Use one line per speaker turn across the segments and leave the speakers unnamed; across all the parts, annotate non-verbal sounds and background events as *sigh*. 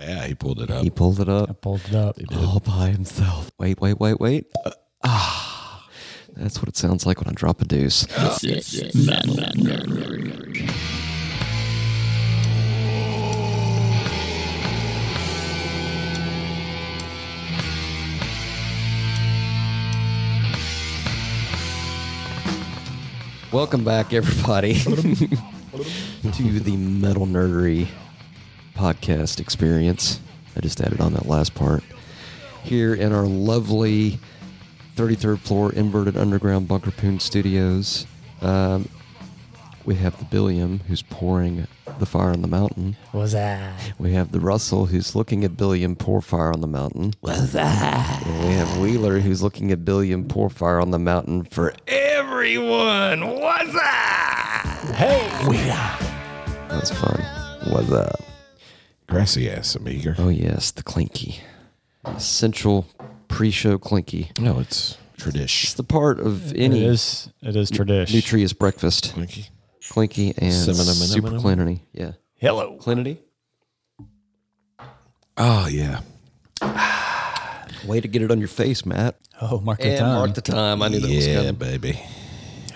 Yeah, he pulled it up.
He pulled it up
Pulled it up.
all by himself. Wait, wait, wait, wait. Uh, ah, that's what it sounds like when I drop a deuce. Welcome back, everybody, *laughs* to the Metal Nerdery podcast experience. I just added on that last part. Here in our lovely 33rd floor inverted underground Bunker Poon Studios, um, we have the Billiam who's pouring the fire on the mountain.
Was that?
We have the Russell who's looking at Billiam pour fire on the mountain. What's that? And we have Wheeler who's looking at Billiam pour fire on the mountain for everyone. What's that?
Hey,
That's fun. What's up?
Grassy ass, some eager.
Oh yes, the clinky. Essential pre-show clinky.
No, it's
It's
tradition.
the part of
it
any
is. It is tradition.
nutritious breakfast.
Clinky.
Clinky and
Cinnamon-
super clinity. Yeah.
Hello.
Clinity?
Oh yeah.
Way to get it on your face, Matt.
Oh, mark the
And
time.
mark the time. I knew that was
Yeah,
coming.
baby.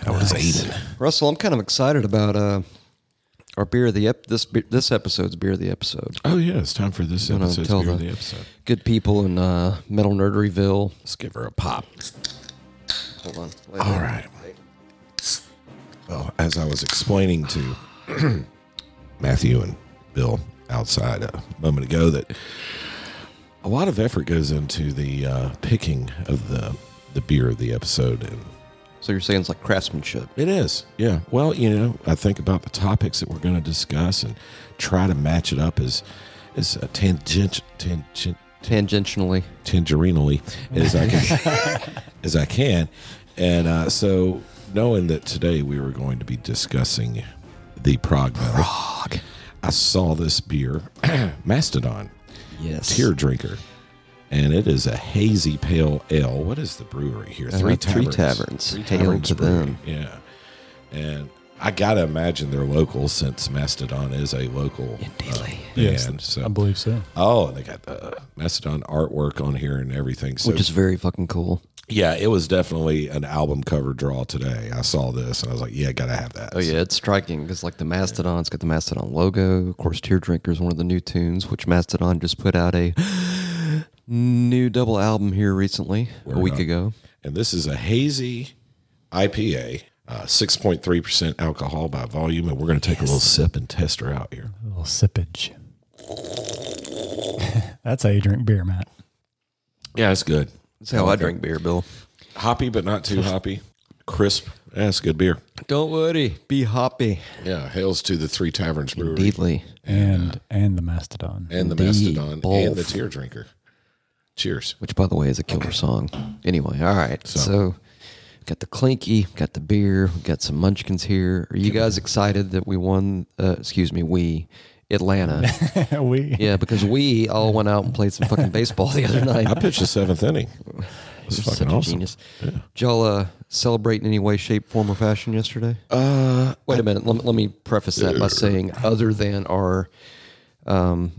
I was eating.
Russell, I'm kind of excited about uh, our beer of the ep- this be- this episode's beer of the episode.
Oh yeah, it's time for this
no,
episode.
tell
Beer of
the-
the episode.
Good people in uh, Metal Nerderyville.
Let's give her a pop.
Hold on. Wait,
All right. Well, as I was explaining to *clears throat* Matthew and Bill outside a moment ago, that a lot of effort goes into the uh, picking of the the beer of the episode, and
So you're saying it's like craftsmanship.
it is, yeah. Well, you know, I think about the topics that we're going to discuss and try to match it up as as uh, a tangent, tangent
Tangentially.
tangerinally as I can, *laughs* as I can, and uh, so knowing that today we were going to be discussing the Prague Metal, I saw this beer, *clears throat* Mastodon
Yes.
Tear Drinker, and it is a hazy pale ale. What is the brewery here?
Uh, Three Taverns. Hail to
Brewery,
them.
Yeah, and I gotta imagine they're local since Mastodon is a local uh, band.
Yes,
so.
uh,
I believe so.
Oh, and they got the Mastodon artwork on here and everything. So
Which is very fucking cool.
yeah, it was definitely an album cover draw today. I saw this and I was like, yeah, gotta have that.
Oh yeah, it's striking because like the Mastodon's got the Mastodon logo. Of course, Tear Drinker's one of the new tunes, which Mastodon just put out a *gasps* new double album here recently, a week ago.
And this is a hazy IPA, uh, 6.3% alcohol by volume. And we're gonna take a little sip and test her out here.
A
*laughs*
little sippage. That's how you drink beer, Matt.
Yeah, it's good.
That's how I drink beer, Bill.
Hoppy, but not
*laughs*
too hoppy. Crisp. Yeah, it's good beer.
Don't worry, be hoppy.
Yeah, hails to the Three Taverns Brewery
Deedly.
And and the mastodon.
and the
Indeed,
Mastodon and
both.
the Tear Drinker. Cheers.
which by the way is a killer song. Anyway, all right. So, got the clinky, got the beer, got some munchkins here. Are you guys excited that we won? Uh, excuse me, we Atlanta. *laughs*
*laughs* we
yeah, because we all went out and played some fucking baseball the other night.
I pitched the seventh
*laughs*
inning. It's fucking
Such a
awesome.
genius. Did y'all uh, celebrate in any way, shape, form, or fashion yesterday?
Uh,
Wait a minute. Let me, let me preface that by saying, other than our, um,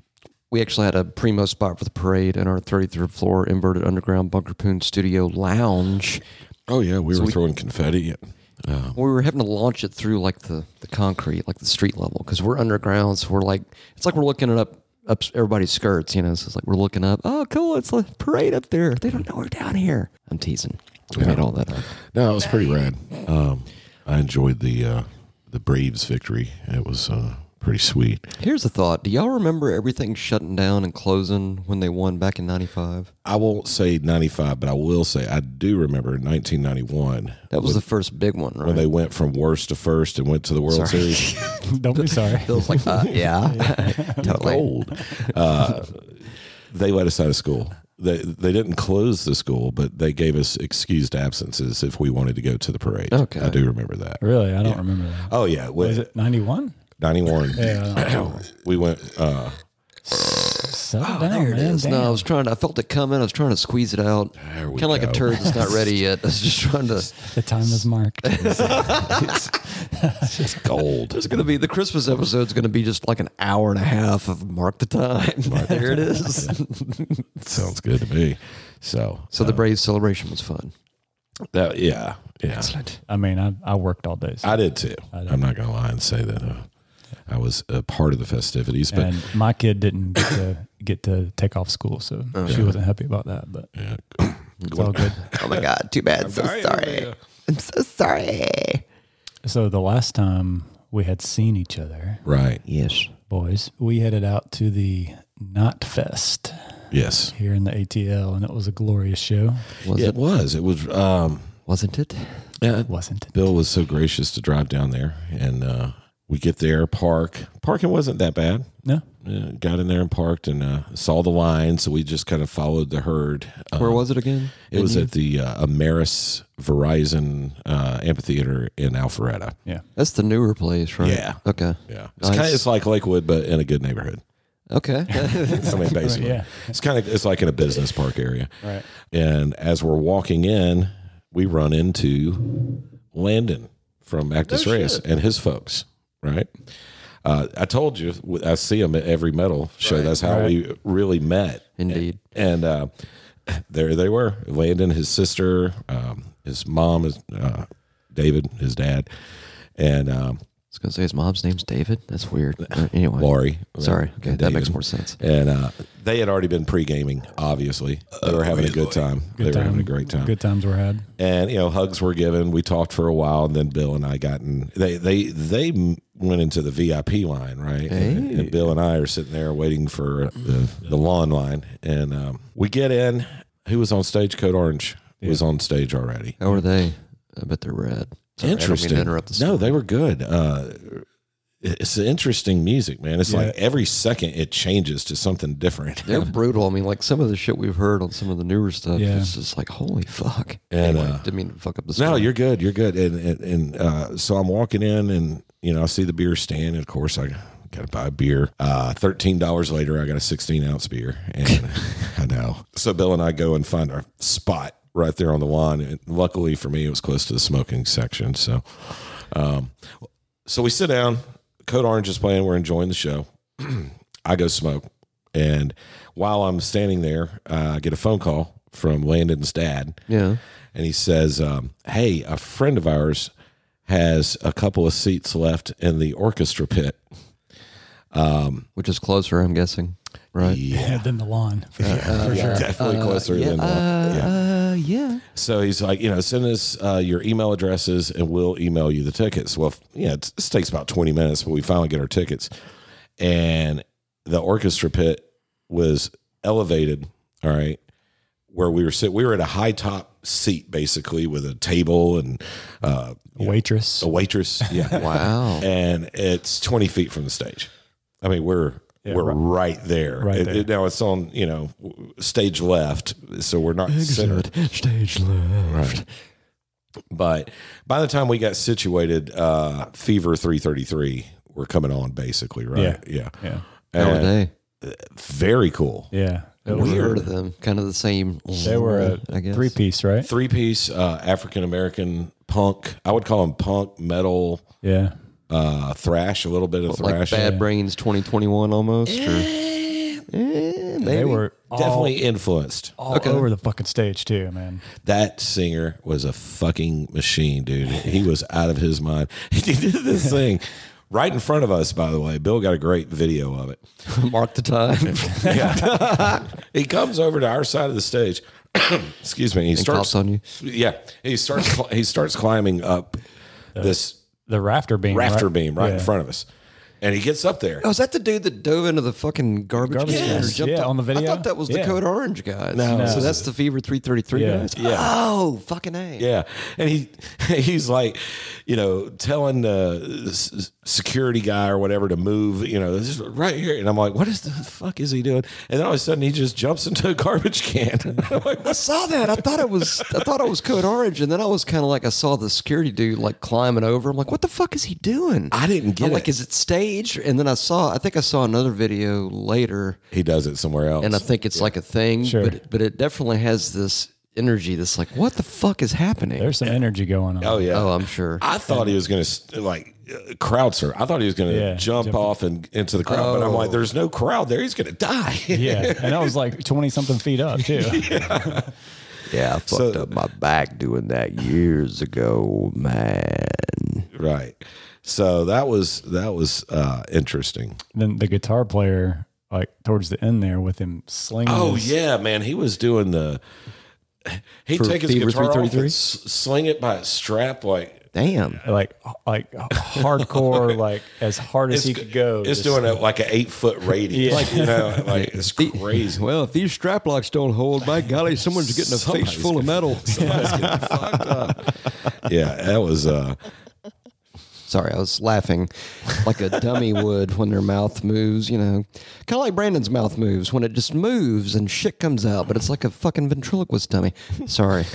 we actually had a primo spot for the parade in our 33rd floor inverted underground Bunker Poon studio lounge.
Oh yeah, we were throwing confetti. at- Uh,
We were having to launch it through like the, the concrete, like the street level, because we're underground. So we're like, it's like we're looking it up up everybody's skirts, you know. So it's like we're looking up. Oh, cool! It's a parade up there. They don't know we're down here. I'm teasing. We made all that up.
no, it was pretty rad. Um, I enjoyed the uh, the Braves victory. It was uh, pretty sweet.
Here's a thought. Do y'all remember everything shutting down and closing when they won back in '95?
I won't say '95, but I will say I do remember in 1991
That was the first big one, right? *laughs*
when they went from worst to first and went to the World Series.
don't be sorry.
Bill's like, uh, *laughs* yeah, *laughs* Oh. totally.
Old. *laughs* Uh, they let us out of school. They they didn't close the school, but they gave us excused absences if we wanted to go to the parade.
Okay.
I do remember that.
Really, I don't remember that.
Oh yeah,
Was it ninety one?
*clears throat* ninety one?
Yeah.
we went. Uh,
Settle
Oh,
down,
there it
man.
is. No, I
Damn.
was trying. I felt it coming. I was trying to squeeze it out.
There
Kind
we
of like a
go.
turd that's not ready yet. I was just trying to.
The time is
*laughs*
marked.
It's gold.
There's gonna be the Christmas episode's gonna be just like an hour and a half of mark the time. *laughs* there it is.
Sounds good to me. So,
so the Braves celebration was fun.
that, yeah, yeah.
I mean, I, I worked all day. so-
I did too. I'm not gonna lie and say that uh, I was a part of the festivities, but
and my kid didn't get to, get to take off school, so she wasn't happy about that. But it's all good.
Oh my god! Too *laughs* bad. so sorry. I'm so sorry.
So the last time we had seen each other,
right,
Yes.
boys, we headed out to the Knot Fest
yes,
here in the ATL, and it was a glorious show,
Was
it
it?
was. It was. Um,
Wasn't it?
yeah,
wasn't it?
Bill was so gracious to drive down there, and uh, we get there, park. Parking wasn't that bad.
No,
Uh, got in there and parked, and uh, saw the line, so we just kind of followed the herd. Uh,
Where was it again?
it was at the uh, Ameris Verizon uh, Amphitheater in Alpharetta.
yeah,
That's the newer place, right?
Yeah.
Okay.
Yeah, it's
Nice.
kind of it's like Lakewood, but in a good neighborhood. *laughs*
Okay.
I mean, basically,
yeah.
it's kind of it's like in a business park area.
right.
And as we're walking in, we run into Landon from
Oh,
Actus Reyes and his folks, right? Uh, I told you, I see him at every metal show. That's how we really met.
Indeed.
And uh, *laughs* there they were Landon, his sister, um, his mom, his, uh, David, his dad, and um,
I was gonna say his mom's name's David.
*laughs*
That's weird. Uh, Anyway,
Lori.
sorry. Okay, that
David.
makes more sense.
And uh, they had already been pre gaming, obviously.
Uh,
They were having a good time. they were having a great time.
Good times were had.
and you know hugs were given we talked for a while and then bill and i got in they they they m- went into the vip line right and, and bill and i are sitting there waiting for the, the lawn line and um, we get in who was on stage code orange was on stage already
How are they? I bet they're red. Sorry, I don't mean to
interesting
interrupt the
no they were good uh it's interesting music, man. It's like every second it changes to something different.
They're brutal. I mean, like some of the shit we've heard on some of the newer stuff.
Yeah.
It's just like holy fuck.
And,
anyway,
uh,
didn't mean to fuck up the story.
No, you're good. You're good. And and, and uh, so I'm walking in, and you know, I see the beer stand. And of course, I gotta buy a beer. Uh, Thirteen dollars later, I got a 16 ounce beer, and I know. So Bill and I go and find our spot right there on the lawn. And luckily for me, it was close to the smoking section. So, um, so we sit down. Code Orange is playing. We're enjoying the show. *clears throat* I go smoke. And while I'm standing there, uh, I get a phone call from Landon's dad
yeah.
and he says, um, "Hey, a friend of ours has a couple of seats left in the orchestra pit."
Which is closer, I'm guessing. Right.
*laughs* Yeah, then the lawn. For sure. for sure. Uh,
Definitely closer than that. Yeah.
Uh, yeah.
So he's like, you know, send us uh, your email addresses and we'll email you the tickets. Well, yeah, it this takes about 20 minutes, but we finally get our tickets. And the orchestra pit was elevated, all right, where we were sitting. We were at a high top seat, basically, with a table and uh,
Waitress.
a waitress. Yeah. *laughs*
Wow.
and it's 20 feet from the stage. I mean, we're we're right, there.
Right
It- it- now it's on you know w- stage left, so we're not centered.
Stage left.
Right. But by the time we got situated, uh, Fever 333 were coming on basically, right? Yeah,
Yeah.
How are
And
they?
very cool.
Yeah. It
We've
was-
heard of them. Kind of the same.
They were a
I guess.
three piece, right?
Three piece uh, African American punk. I would call them punk metal.
Yeah.
Uh, thrash a little bit of
like
thrash.
Bad Brains 2021 almost. Or, Eh,
They
maybe.
were all,
Definitely influenced.
all over the fucking stage too, man.
That singer was a fucking machine, dude. He was out of his mind. *laughs* He did this thing right in front of us, by the way. Bill got a great video of it.
*laughs* mark the
*laughs*
time.
*laughs* He comes over to our side of the stage. *clears throat* Excuse me. He starts
Cops on you.
Yeah. He starts cl- he starts climbing up this
The rafter beam. Uh, right?
rafter beam right in
Yeah.
front of us. And he gets up there.
Oh, is that the dude that dove into the fucking garbage,
Garbage
can?
can.
or jumped
Yeah,
off-
on the video?
I thought that was the
Yeah.
Code Orange guys.
No.
So that's the Fever 333
Yeah.
guys?
Yeah.
Oh, fucking A.
Yeah, and he *laughs* he's like, you know, telling the s- security guy or whatever to move, you know, this is right here, and I'm like, what is the fuck is he doing? And then all of a sudden, he just jumps into a *laughs* garbage can. I'm like,
I
"What?"
saw that. I thought it was I thought it was Code Orange, and then I was kind of like I saw the security dude like climbing over. I'm like, what the fuck is he doing?
I didn't get
I'm
it.
like, is it page, and then I saw. I think I saw another video later,
He does it somewhere else.
and I think it's like a thing.
Sure.
But it, but it definitely has this energy that's like, what the fuck is happening?
There's some energy going on.
oh yeah.
oh, I'm sure.
I thought he was going to like uh, crowd surf. I thought he was going to
Yeah,
jump,
jump.
off and into the crowd, but I'm
Oh.
like, there's no crowd there. He's going to die.
Yeah, and I was like twenty something feet up too.
*laughs* Yeah, I fucked up my back doing that years ago, man.
*laughs* right. So that was that was uh, interesting.
then the guitar player, like towards the end there, with him slinging.
Oh
his-
yeah, man. He was doing the. He'd
For
take his
Fever
guitar off
333?
and s- sling it by its strap like
Damn.
like like
*laughs*
hardcore, like as hard as he
go-
could go.
It's
just-
doing a, like an eight foot radius.
Yeah.
Like, you know,
*laughs*
like it's crazy. *laughs*
Well, if these strap locks don't hold, by golly, someone's getting a face full of metal. *laughs*
yeah, that was uh
Sorry, I was laughing like a dummy *laughs* would when their mouth moves, you know. Kind of like Brandon's mouth moves when it just moves and shit comes out, but it's like a fucking ventriloquist dummy. *laughs* Sorry.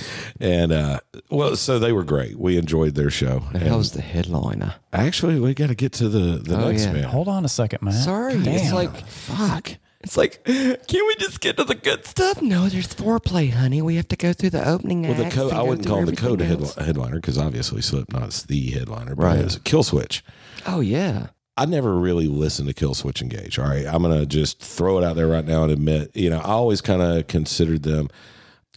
and uh well so they were great. We enjoyed their show.
That was the headliner.
Actually we gotta get to the, the
Oh,
next
yeah.
man.
Hold on a second, man.
Sorry. It's like, fuck. It's like, can we just get to the good stuff? No, there's foreplay, honey. We have to go through the opening
Well, the
acts
code
and
I
go
wouldn't
through
call him the code
everything
headli
else.
headliner because obviously Slipknot's the headliner, but
Right.
it's Kill Switch.
Oh, yeah.
I never really listened to Kill Switch Engage. All right. I'm going to just throw it out there right now and admit, you know, I always kind of considered them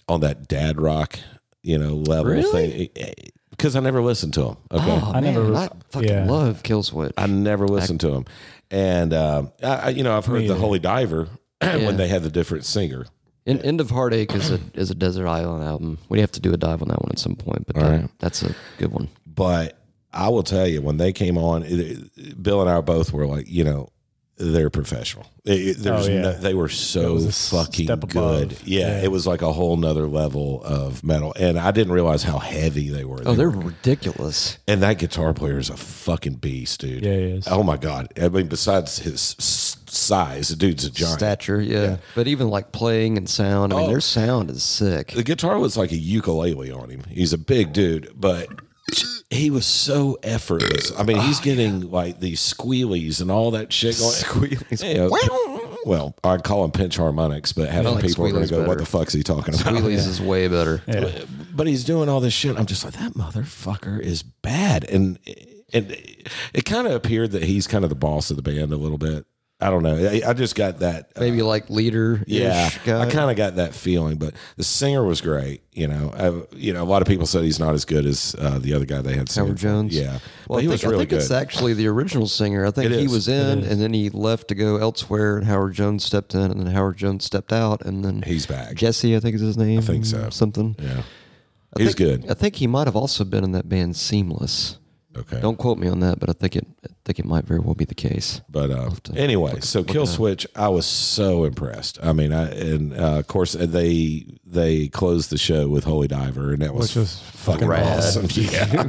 on that dad rock, you know, level
Really?
thing because I never listened to them. Okay.
Oh, I
I never-
never. I fucking
yeah.
love Killswitch.
I never listened to them. And, um, I, I, you know, I've heard the Holy Diver *clears throat*
Yeah.
when they had the different singer.
En- End of Heartache is a is a Desert Island album. We have to do a dive on that one at some point, but that- that's a good one.
But I will tell you, when they came on, it, it- Bill and I both were like, you know, they're professional. It- it- there's
Oh, yeah.
no, they were so
was a s-
fucking
step above.
good. Yeah,
Yeah.
it was like a whole nother level of metal, and I didn't realize how heavy they were.
Oh,
They
they're
were-
ridiculous.
and that guitar player is a fucking beast, dude.
Yeah, he is.
Oh my god. I mean, besides his s- size, the dude's a giant.
Stature, yeah. Oh. But even like playing and sound, I mean, their sound is sick.
the guitar was like a ukulele on him. He's a big dude, but he was so effortless. I mean, he's getting like these squealies and all that shit going. Squealies. well, I'd call them pinch harmonics, but half
I
the
like
people are going
squealies
to go, "What
better.
the fuck's he talking about?"
Wheelies is way better.
*laughs* But he's doing all this shit. I'm just like, that motherfucker is bad, and and it kind of appeared that he's kind of the boss of the band a little bit. I don't know. I, I just got that. uh,
Maybe like leader.
yeah,
guy.
I kind of got that feeling, but the singer was great. You know, I, you know, a lot of people said he's not as good as uh, the other guy they had. singing
Howard
for-
Jones.
Yeah,
Well,
but he
I think,
was
I
really
think
good.
it's actually the original singer. I think
It
he
is.
was in, and then he left to go elsewhere, and Howard Jones stepped in, and then Howard Jones stepped out, and then
he's back.
Jesse, I think is his name. I
think so.
Something.
yeah,
I
he's
think-
good.
I think he might have also been in that band Seamless.
Okay,
Don't quote me on that, but I think it I think it might very well be the case.
but uh, anyway, so Kill Switch, I was so impressed. I mean, I and uh, of course they they closed the show with Holy Diver, and that was,
Which was
fucking *laughs*
rad.
awesome. Yeah,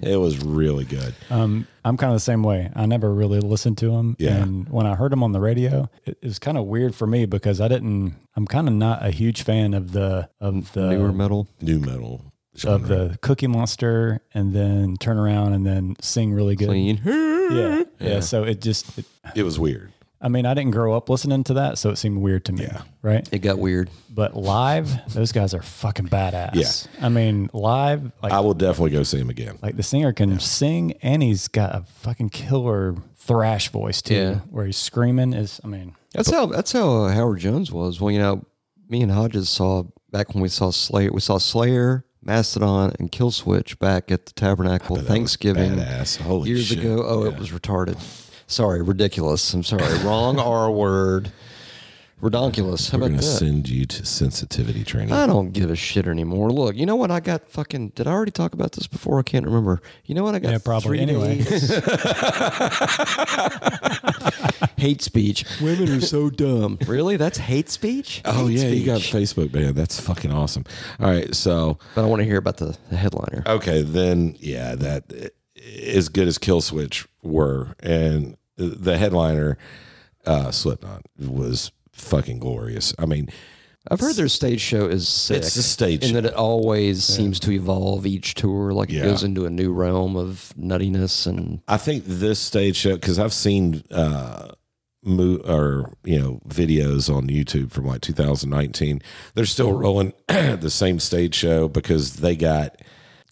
it was really good.
Um, I'm kind of the same way. I never really listened to him.
Yeah.
And when I heard him on the radio, it, it was kind of weird for me because I didn't. I'm kind of not a huge fan of the of the
Uh,
Newer metal.
New metal.
of
genre.
the Cookie Monster, and then turn around and then sing really good.
Clean.
Yeah, yeah. So it just. It,
It was weird.
I mean, I didn't grow up listening to that, so it seemed weird to me.
Yeah.
Right.
It got weird.
But live, those guys are fucking badass.
Yeah.
I mean, live, like
I will definitely go see him again.
Like the singer can sing and he's got a fucking killer thrash voice too,
Yeah.
where he's screaming. Is I mean,
That's how that's how uh, Howard Jones was. Well, you know, me and Hodges saw back when we saw Slayer, we saw Slayer, Mastodon, and Killswitch back at the Tabernacle
That was
Thanksgiving
badass. Holy
years
shit.
ago. Oh, it was retarded. Sorry, ridiculous. I'm sorry. Wrong R word. Redonkulous. How
We're
about
gonna
that?
send you to sensitivity training.
I don't give a shit anymore. Look, you know what? I got fucking. Did I already talk about this before? I can't remember. You know what? I got.
Yeah, probably.
three
Anyway. *laughs*
days. *laughs* hate speech. Women are so dumb. Really? That's hate speech.
oh
Hate
yeah, you got
speech.
Facebook banned. That's fucking awesome. All right, so
But I want to hear about the, the headliner.
okay, then yeah, that eh, as good as Kill Switch were, and the headliner, uh, Slipknot was fucking glorious. I mean,
I've heard their stage show is sick.
It's a stage
and that it always seems to evolve each tour. Like
Yeah.
it goes into a new realm of nuttiness and
I think this stage show because I've seen uh, mo- or you know videos on YouTube from like 2019. They're still rolling *clears throat* the same stage show because they got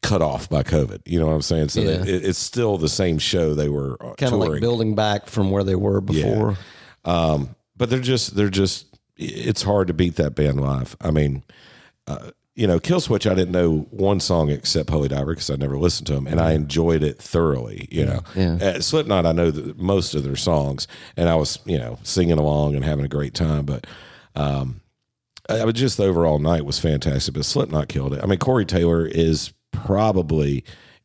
cut off by COVID. You know what I'm saying? So
Yeah.
they, it, it's still the same show they were uh,
kind of
touring,
like building back from where they were before.
um, but they're just they're just. It's hard to beat that band live. I mean. Uh, you know, Killswitch. I didn't know one song except Holy Diver because I never listened to them, and I enjoyed it thoroughly. You know,
Yeah.
at Slipknot, I know the, most of their songs, and I was you know singing along and having a great time. But um, I, I was just the overall night was fantastic. But Slipknot killed it. I mean, Corey Taylor is probably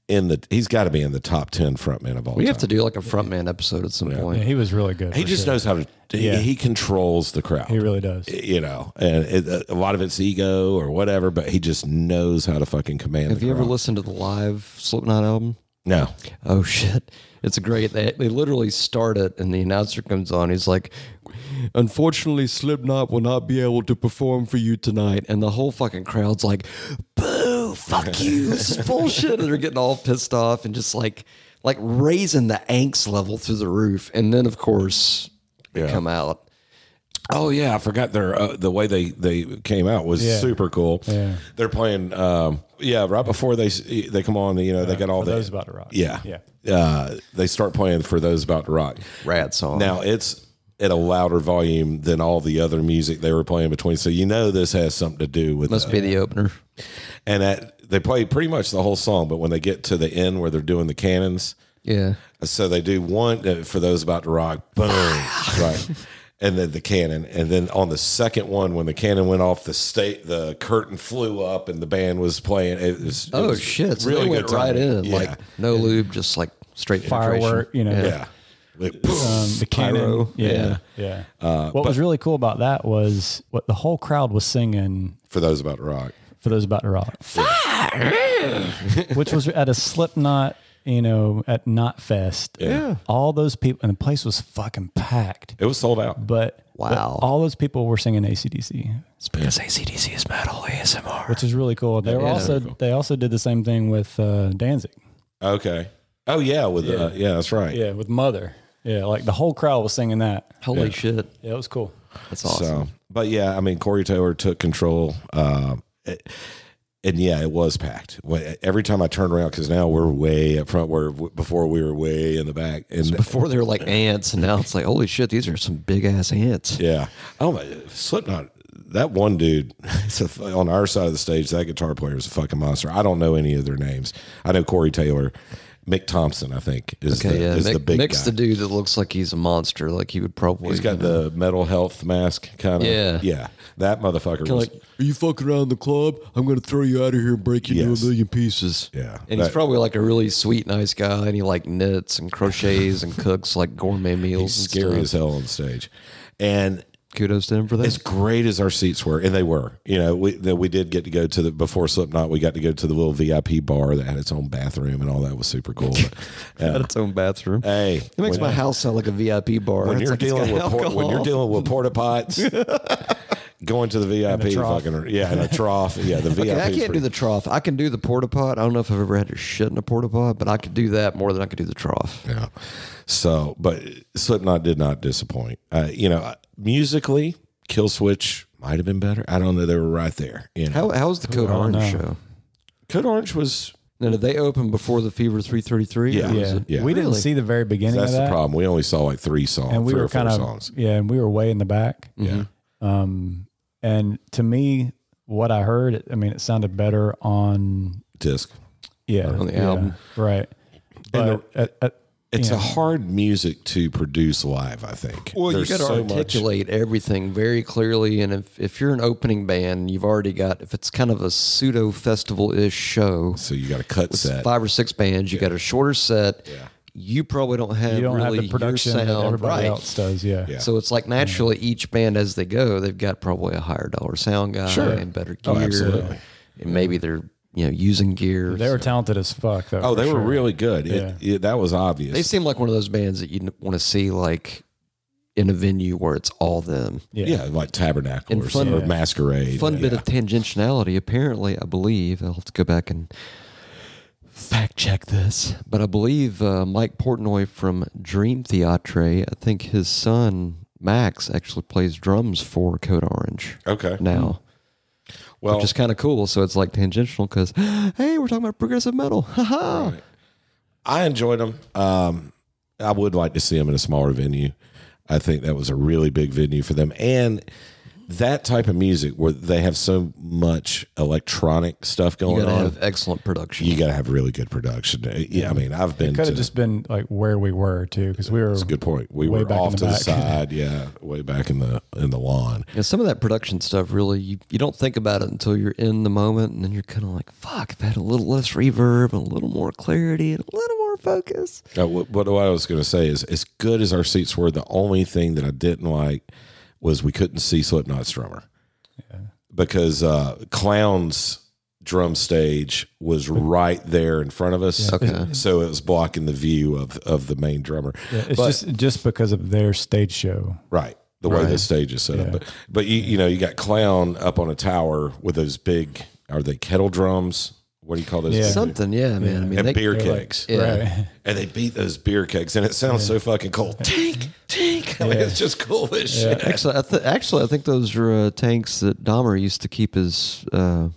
in the he's got to be in the top ten frontmen of all
We
time.
have to do like a frontman episode at some point.
Yeah, he was really good.
he
for
just
sure.
knows how to. He,
Yeah.
he controls the crowd.
He really does.
you know, and it, uh, a lot of it's ego or whatever, but he just knows how to fucking command.
Have
the
you ever
crowd.
listened to the live Slipknot album?
No,
Oh *laughs* shit! It's great. They they literally start it, and the announcer comes on. He's like, "Unfortunately, Slipknot will not be able to perform for you tonight," and the whole fucking crowd's like, "Boo! *laughs* Fuck you! This is bullshit!" And they're getting all pissed off and just like like raising the angst level through the roof. And then, of course, they
Yeah.
come out.
Oh yeah, I forgot their uh, the way they they came out was
Yeah.
super cool.
Yeah.
They're playing um yeah, right before they s- they come on, you know, they got all
For
the
those about to rock.
yeah.
Yeah.
Uh they start playing for those about to rock.
Rad song.
Now it's at a louder volume than all the other music they were playing between. So you know this has something to do with
must be the opener.
and at, they play pretty much the whole song, but when they get to the end where they're doing the cannons,
Yeah.
so they do one uh, for those about to rock, boom, right, and then the cannon, and then on the second one, when the cannon went off, the state, the curtain flew up, and the band was playing. It was it
Oh
was
shit! So they went
good
right
timing.
in,
yeah,
like no lube, just like straight penetration.
Firework, you know.
yeah, Like,
um, the cannon.
Pyro.
Yeah,
Yeah.
yeah.
Uh,
what was really cool about that was what the whole crowd was singing
for those about to rock.
for those about to rock, which was at a Slipknot, you know, at Knot Fest.
Yeah.
all those people and the place was fucking packed.
It was sold out.
But but
Wow.
all those people were singing ACDC,
It's because ACDC is metal ASMR.
which is really cool. They were also they also did the same thing with uh, Danzig.
Okay. Oh yeah, with yeah, uh, yeah that's right.
Yeah, with Mother. Yeah, like the whole crowd was singing that.
Holy shit.
Yeah, it was cool.
That's awesome.
So, but yeah, I mean, Corey Taylor took control. Um, it- and yeah, it was packed. When- Every time I turned around, because now we're way up front, where before we were way in the back. And
Before they were like ants, and now it's like, holy shit, these are some big ass ants.
Yeah. Oh my Slipknot. That one dude *laughs* it's a, on our side of the stage, that guitar player is a fucking monster. I don't know any of their names. I know Corey Taylor, Mick Thompson, I think is,
Okay,
the,
yeah.
is
Mick,
the big
Mick's
guy.
the dude that looks like he's a monster. Like he would probably.
He's got the mental health mask kind of.
Yeah.
yeah. That motherfucker. was,
like, are you fucking around the club? I'm going to throw you out of here and break you
Yes.
into a million pieces.
yeah.
And he's
that-
probably like a really sweet, nice guy, and he like knits and crochets and cooks
*laughs*
like gourmet meals. and
scary
stuff.
as hell on stage, and
Kudos to him for that.
as great as our seats were, and they were, you know, we that we did get to go to the before Slipknot, we got to go to the little VIP bar that had its own bathroom and all that was super cool.
*laughs*
But,
Had its own bathroom.
hey,
it makes
when-
my house sound like a VIP bar.
when
It's
you're
like it's
dealing
got
with por- when you're
alcohol.
dealing with porta
*laughs*
pots, going to the VIP,
trough.
fucking yeah, and a trough, yeah, the VIP.
*laughs* Okay, I can't do the trough. I can do the porta pot. I don't know if I've ever had to shit in a porta pot, but I could do that more than I could do the trough.
Yeah. So, but Slipknot did not disappoint. Uh, you know, musically, Kill Switch might have been better. I don't know. They were right there. You know,
How how was the Code Orange
no.
show?
Code Orange was
Now, did they open before the Fever 333?
Yeah.
Or was
Yeah,
it-
Yeah.
we didn't
Really?
see the very beginning
that's
of that.
the problem. We only saw like three songs,
and we
three
were
or four
kind of
songs. Mm-hmm.
yeah, and we were way in the back.
Yeah.
Um, and to me, what I heard, I mean, it sounded better on
Disc.
yeah
On the
yeah,
album.
right? But at, at,
It's a
Yeah.
hard music to produce live. I think.
Well,
There's
you got to
so much-
articulate everything very clearly, and if, if you're an opening band, you've already got if it's kind of a pseudo festival ish show,
So you got to cut set.
five or six bands, you got a shorter set. You probably don't have
you don't
really
have the production
your
that
sound
everybody
right.
else does. Yeah,
Yeah.
So it's like naturally each band as they go, they've got probably a higher dollar sound guy and better gear.
Oh, absolutely.
And maybe they're you know using gear.
they were talented as fuck. Though,
Oh,
for
they were
sure.
really good. It, it- that was obvious.
They seem like one of those bands that you want to see like in a venue where it's all them.
Yeah, like Tabernacle
And
or,
fun-
some- or
Yeah.
Masquerade.
Fun
yeah.
bit of tangentiality. Apparently, I believe I'll have to go back and fact check this, but I believe uh, Mike Portnoy from Dream Theatre. I think his son Max actually plays drums for Code Orange
Okay.
now.
Well,
which is kind of cool. So it's like tangential because, *gasps* hey, we're talking about progressive metal. *laughs* Haha.
I enjoyed them. Um, I would like to see them in a smaller venue. I think that was a really big venue for them, and that type of music where they have so much electronic stuff
You
going
gotta
on.
have excellent production.
uh, you got to have really good production. Uh, Yeah, I mean, I've been.
Could
to,
have just been like where we were too, because we were
That's a good point. We
way
were
back in
off
the
to the
back.
side, yeah, way back in the in the lawn.
Yeah, some of that production stuff really you, you don't think about it until you're in the moment, and then you're kind of like, "Fuck, if I had a little less reverb, and a little more clarity, and a little more focus."
Now, what, what I was going to say is, as good as our seats were, the only thing that I didn't like was we couldn't see Slipknot's drummer because uh, Clown's drum stage was right there in front of us.
Okay.
so it was blocking the view of of the main drummer.
Yeah, it's just just because of their stage show.
Right. The way the stage is set up. But but you you know, you got clown up on a tower with those big are they kettle drums? What do you call those?
Yeah.
big-
Something, yeah, man. I mean,
and
they,
beer
like-
kegs.
yeah,
Right.
*laughs* And they beat those beer kegs and it sounds so fucking cool. Tink, *laughs* tink. I mean, it's just cool as shit.
Actually, I th- actually, I think those are uh, tanks that Dahmer used to keep his uh,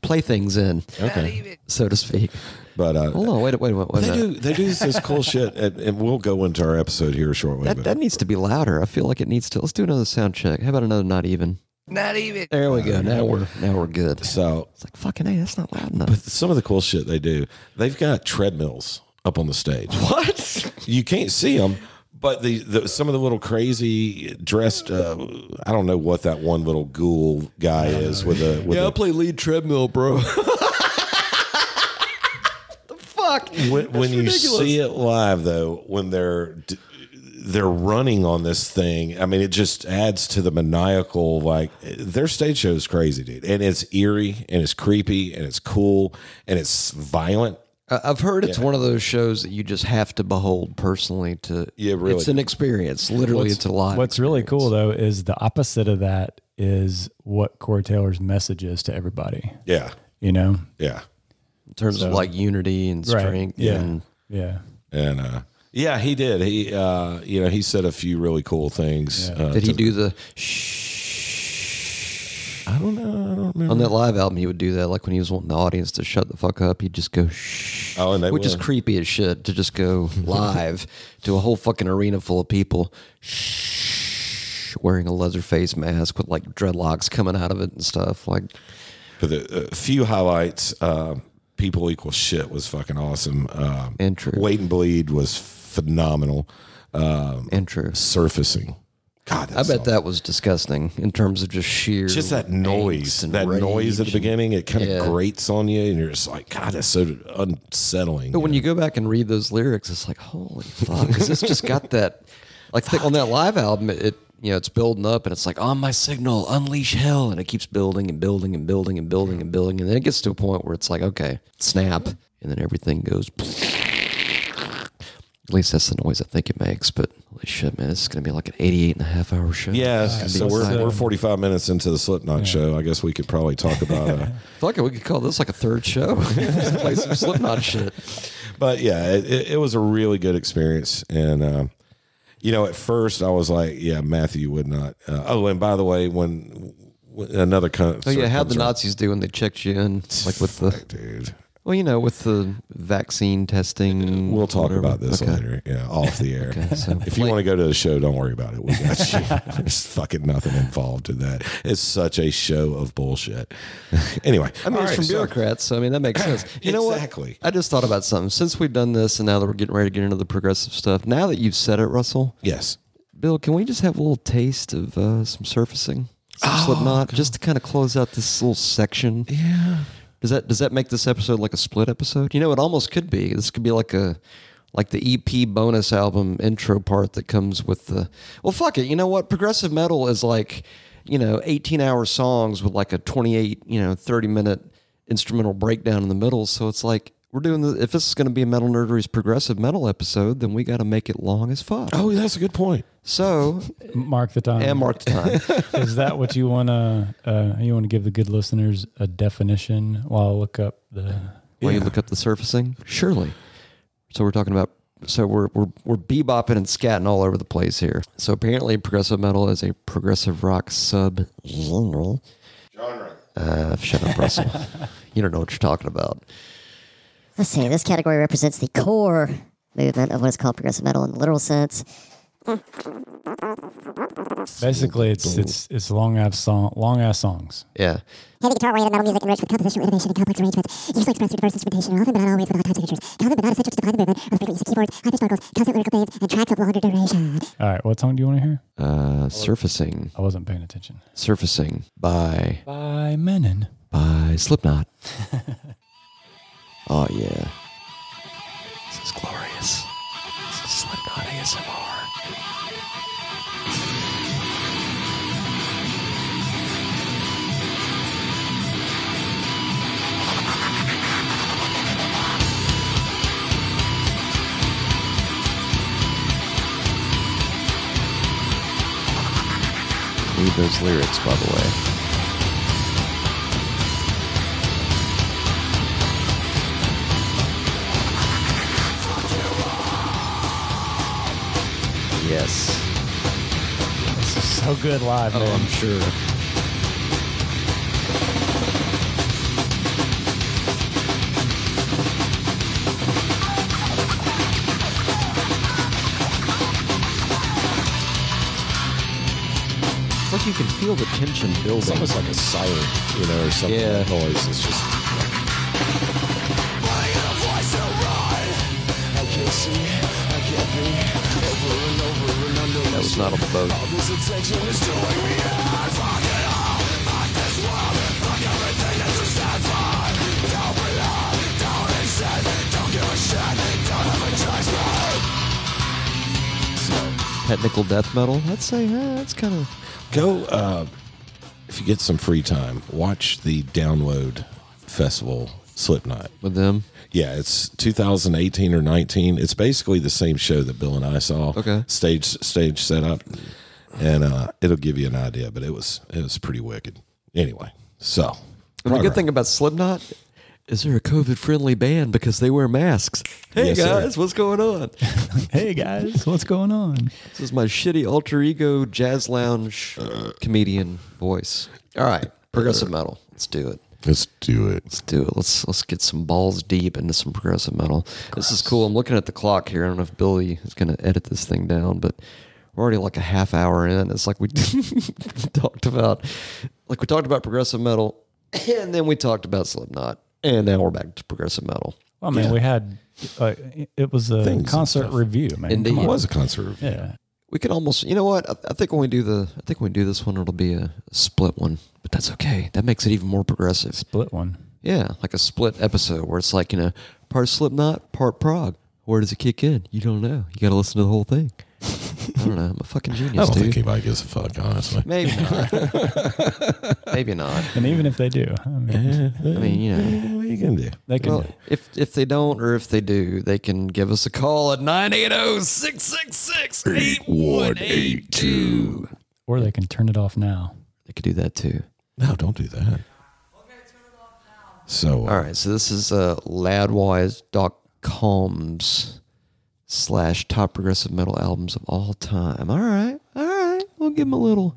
playthings in,
Okay.
so to speak.
But uh
Hold on, wait, wait, wait, wait. a
they
minute.
do they do this cool shit *laughs* and, and we'll go into our episode here shortly.
That,
but
that needs to be louder. I feel like it needs to. Let's do another sound check. How about another? Not even. Not even. There we go. Now we're now we're good. It's
so
like fucking. Hey, that's not loud enough.
some of the cool shit they do, they've got treadmills up on the stage.
*laughs* what?
you can't see them but the, the some of the little crazy dressed uh, i don't know what that one little ghoul guy is with a with a,
play lead treadmill, bro. the fuck?
when, when you see it live though when they're d- they're running on this thing i mean it just adds to the maniacal like their stage show is crazy dude and it's eerie and it's creepy and it's cool and it's violent
I've heard it's one of those shows that you just have to behold personally to.
Yeah, really.
It's an experience. Literally, it's a lot.
What's really cool though is the opposite of that is what Corey Taylor's message is to everybody.
yeah
You know,
yeah
in terms of like unity and strength?
Yeah,
And,
yeah.
and uh yeah he did he uh you know he said a few really cool things uh,
did he do the shh?
i don't know i don't remember
On that live album, he would do that. Like when he was wanting the audience to shut the fuck up, he'd just go shh.
Oh, and they
which is
would.
creepy as shit to
*laughs*
just go live to a whole fucking arena full of people shh, wearing a leather face mask with like dreadlocks coming out of it and stuff. Like
But the a few highlights, um, people equal shit was fucking awesome. Um,
And true.
Wait and bleed was phenomenal. Um,
and true.
surfacing, God,
I bet that was disgusting in terms of just sheer
just that
angst
noise,
and
that
rage.
noise at the beginning, it kind of
Yeah.
grates on you, and you're just like, God, that's so unsettling.
But when you go back and read those lyrics, it's like, holy fuck, 'cause it's just got *laughs* that. Like think on that live album, it, it you know it's building up and it's like on my signal, unleash hell, and it keeps building and building and building and building and building, and then it gets to a point where it's like, okay, snap, and then everything goes. At least that's the noise I think it makes. But holy shit, man, this is gonna be like an 88 and a half hour show.
yeah,
it's
so we're,
exciting.
we're 45 minutes into the Slipknot show. I guess we could probably talk about *laughs* uh,
fuck it, we could call this like a third show. *laughs* Just play some Slipknot shit.
but yeah, it, it, it was a really good experience. And, um, you know, at first I was like, yeah, Matthew would not. Uh, oh, and by the way, when, when another concert.
Oh yeah, how'd
comes
the
around-
Nazis do when they checked you in, like with the
Dude,
Well, you know, with the vaccine testing,
we'll talk
whatever.
about this
Okay.
later. Yeah, off
*laughs*
the air. *laughs*
so
if you want to go to the show, don't worry about it. We
*laughs*
got you. There's fucking nothing involved in that. It's such a show of bullshit. *laughs* anyway,
I mean, it's from bureaucrats, so I mean that
*clears throat*
makes sense. You know
Exactly.
what? I just thought about something. Since we've done this, and now that we're getting ready to get into the progressive stuff, now that you've said it, Russell,
Yes.
Bill, can we just have a little taste of uh, some surfacing, some
Oh,
Slipknot, just to kind of close out this little section?
Yeah.
Does that does that make this episode like a split episode? You know, it almost could be. This could be like a like the EP bonus album intro part that comes with the well, fuck it. You know what? Progressive metal is like you know eighteen hour songs with like a twenty eight you know thirty minute instrumental breakdown in the middle. So it's like We're doing the, if this is going to be a Metal Nerdery's progressive metal episode, then we got to make it long as fuck.
Oh, that's a good point.
So,
Mark the time.
and mark the time.
*laughs* Is that what you want to? Uh, you want to give the good listeners a definition while I look up the.
While you look up the surfacing, surely. So we're talking about. So we're we're we're bebopping and scatting all over the place here. So apparently, progressive metal is a progressive rock sub genre. Uh, shut up, Russell. you don't know what you're talking about.
Let's see. This category represents the core movement of what is called progressive metal in the literal sense.
Basically, it's it's it's long ass song, long ass songs.
Yeah.
Heavy guitar-oriented metal music enriched with compositional innovation and complex arrangements, usually expressed through diverse instrumentation, often but not always with odd time signatures, common but not essential to define the movement, or the frequent use of keyboards, high-pitched vocals, constant lyrical themes, and tracks of longer duration.
All right, what song do you want to hear?
Uh, surfacing,
I wasn't paying attention.
surfacing by
By Menon.
by Slipknot. *laughs* oh yeah. This is glorious. This is Slipknot ASMR. Need those lyrics, by the way. Yes.
This is so good live, man.
Oh, sure. It's like you can feel the tension
It's
building.
almost like a siren, you know, or something.
Yeah.
that Noise. It's just
That was not on the boat. Technical death metal. I'd say uh, that's kind of
go. Uh, if you get some free time, watch the Download Festival Slipknot.
with them.
Yeah, it's 2018 or 19. It's basically the same show that Bill and I saw.
Okay.
Stage stage setup, and uh, it'll give you an idea. But it was it was pretty wicked. Anyway, so
And the
Right,
good
right.
thing about Slipknot is they're a COVID-friendly band because they wear masks. Hey
Yes, sir.
guys, what's going on?
Hey guys, what's going on?
This is my shitty alter ego jazz lounge comedian voice. All right, progressive metal. Let's do it.
let's do it.
Let's do it. Let's let's get some balls deep into some progressive metal. This is cool. I'm looking at the clock here. I don't know if Billy is going to edit this thing down, but we're already like a half hour in. It's like we *laughs* talked about, like we talked about progressive metal, and then we talked about Slipknot, and now we're back to progressive metal.
Well, I mean, we had uh, it was a
Things and
concert
stuff.
review, man.
Indeed.
Come
It
on.
was a concert review.
Yeah.
We can almost, you know what? I, I think when we do the, I think when we do this one, it'll be a split one, but that's okay. That makes it even more progressive.
Split one.
Yeah, like a split episode where it's like, you know, part Slipknot, part Prague. Where does it kick in? You don't know. You got to listen to the whole thing. I don't know. I'm a
*laughs*
fucking
I
genius,
don't think
dude.
anybody gives a fuck, honestly.
Maybe not.
*laughs*
Maybe not.
And even if they do, I mean,
*laughs* I mean, you know.
What are you gonna do?
they can.
Well, if if they don't or if they do, they can give us a call at oh, 980-666-8182.
or they can turn it off now.
They could do that too.
No, don't do that. So,
All right, so this is uh, loudwise.coms slash top progressive metal albums of all time. All right, all right, we'll give them a little,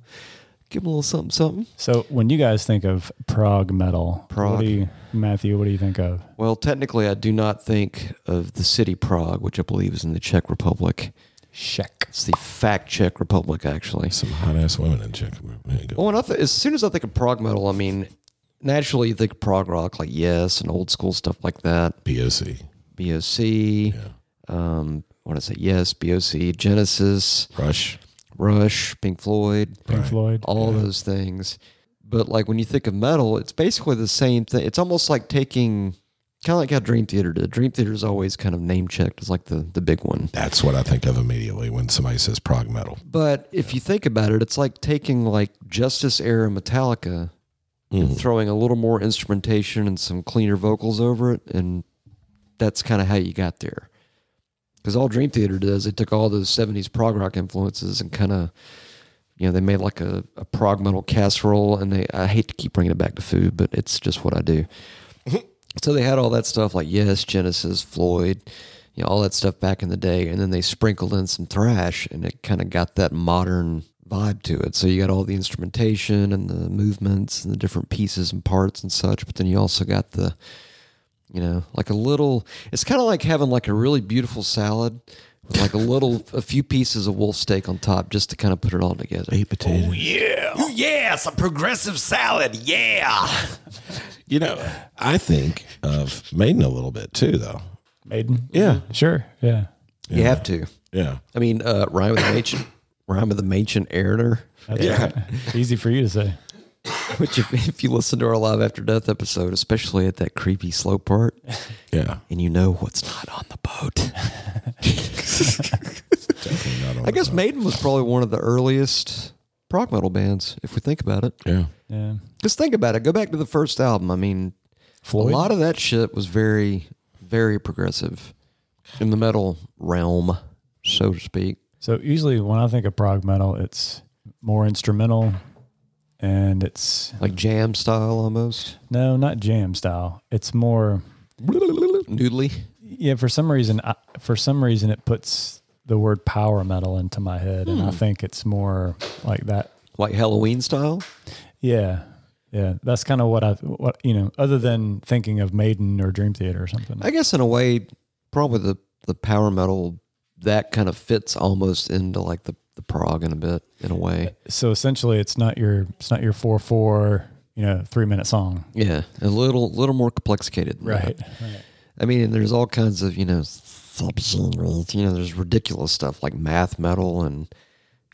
give them a little something, something.
So when you guys think of prog metal,
Prog.
What do you, Matthew, what do you think of?
Well, technically, I do not think of the city Prague, which I believe is in the Czech Republic.
Check.
It's the fact Czech Republic, actually.
some hot ass women in Czech. Man, go-
Well, when I th- as soon as I think of prog metal, I mean, naturally, you think of prog rock, like Yes, and old school stuff like that.
POC,
BOC, um, what is it? Yes, BOC, Genesis.
Rush.
Rush, Pink Floyd,
Pink Floyd.
all those things. But like when you think of metal, it's basically the same thing. It's almost like taking kind of like how Dream Theater did. Dream Theater is always kind of name checked as like the the big one.
That's what I think of immediately when somebody says prog metal.
But if you think about it, it's like taking like Justice era Metallica
Mm-hmm.
and throwing a little more instrumentation and some cleaner vocals over it and that's kind of how you got there. Because all Dream Theater does, they took all those 70s prog rock influences and kind of, you know, they made like a, a prog metal casserole. And they, I hate to keep bringing it back to food, but it's just what I do. so they had all that stuff like Yes, Genesis, Floyd, you know, all that stuff back in the day. And then they sprinkled in some thrash and it kind of got that modern vibe to it. So you got all the instrumentation and the movements and the different pieces and parts and such. But then you also got the, you know, like a little, it's kind of like having like a really beautiful salad. with Like a little, a few pieces of wolf steak on top, just to kind of put it all together.
potato.
Yeah. Oh, yeah. It's a progressive salad. Yeah.
*laughs* You know, I think of Maiden a little bit too, though.
Maiden.
Yeah.
Sure. Yeah.
You have to.
*laughs* Yeah.
I mean, uh, rhyme of the ancient, rhyme of the ancient Mariner.
That's right. Easy for you to say.
Which, if, if you *laughs* listen to our live after death episode, especially at that creepy slow part,
Yeah.
and you know what's not on the boat. *laughs*
Definitely not on the
I guess
top.
Maiden was probably one of the earliest prog metal bands, if we think about it.
Yeah.
Yeah.
Just think about it. Go back to the first album. I mean,
Floyd?
a lot of that shit was very, very progressive in the metal realm, so to speak.
So usually when I think of prog metal, it's more instrumental and it's
Like jam style almost.
no, not jam style. It's more
Noodly.
yeah, for some reason I, for some reason it puts the word power metal into my head and I
Hmm.
think it's more like that.
Like Halloween style.
Yeah. Yeah, that's kind of what I what you know, other than thinking of Maiden or Dream Theater or something.
I guess in a way, probably the, the power metal that kind of fits almost into like the, the prog in a bit, in a way.
so essentially it's not your it's not your 4/4, you know, 3-minute song.
Yeah. A little little more complicated. than that.
Right.
I mean, and there's all kinds of you know subgenres. You know, there's ridiculous stuff like math metal and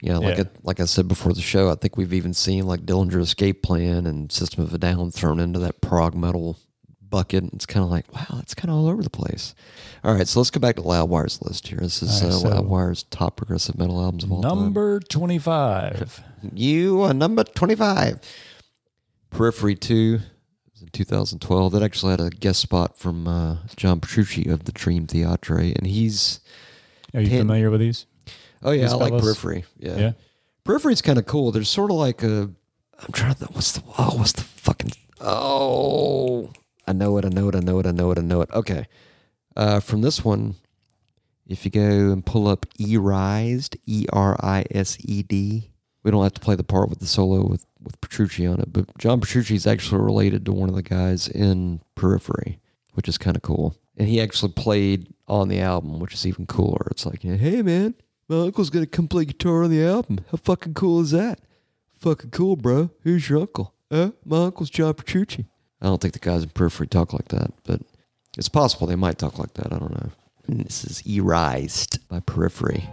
you know, like
Yeah.
I, like I said before the show, I think we've even seen like Dillinger Escape Plan and System of a Down thrown into that prog metal bucket. It's kind of like wow, it's kind of all over the place. All right, so let's go back to Loudwire's list here. This is
All right,
uh,
so-
Loudwire's top progressive metal albums of all
Number 25.
time. You are number twenty-five. Periphery Two. was In 2012, that actually had a guest spot from uh, John Petrucci of the Dream Theatre, and he's
Are you
Pin.
familiar with these?
Oh yeah,
These
I like
fellas.
Periphery. Yeah.
Yeah.
Periphery's kind of cool. There's sort of like a. I'm trying to. think- What's the? Oh, what's the fucking? Oh, I know it. I know it. I know it. I know it. I know it. Okay. Uh, from this one, if you go and pull up E Rised, E R I S E D. We don't have to play the part with the solo with with Petrucci on it, but John Petrucci is actually related to one of the guys in Periphery, which is kind of cool. And he actually played on the album, which is even cooler. It's like, you know, hey man, my uncle's gonna come play guitar on the album. How fucking cool is that? Fucking cool, bro. Who's your uncle? Uh, my uncle's John Petrucci. I don't think the guys in Periphery talk like that, but it's possible they might talk like that. I don't know. And this is Erised by Periphery.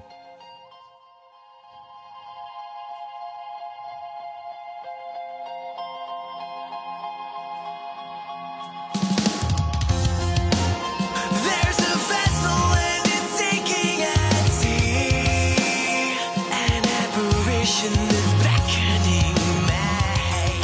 There's a vessel and it's sinking at sea. An apparition that's beckoning me.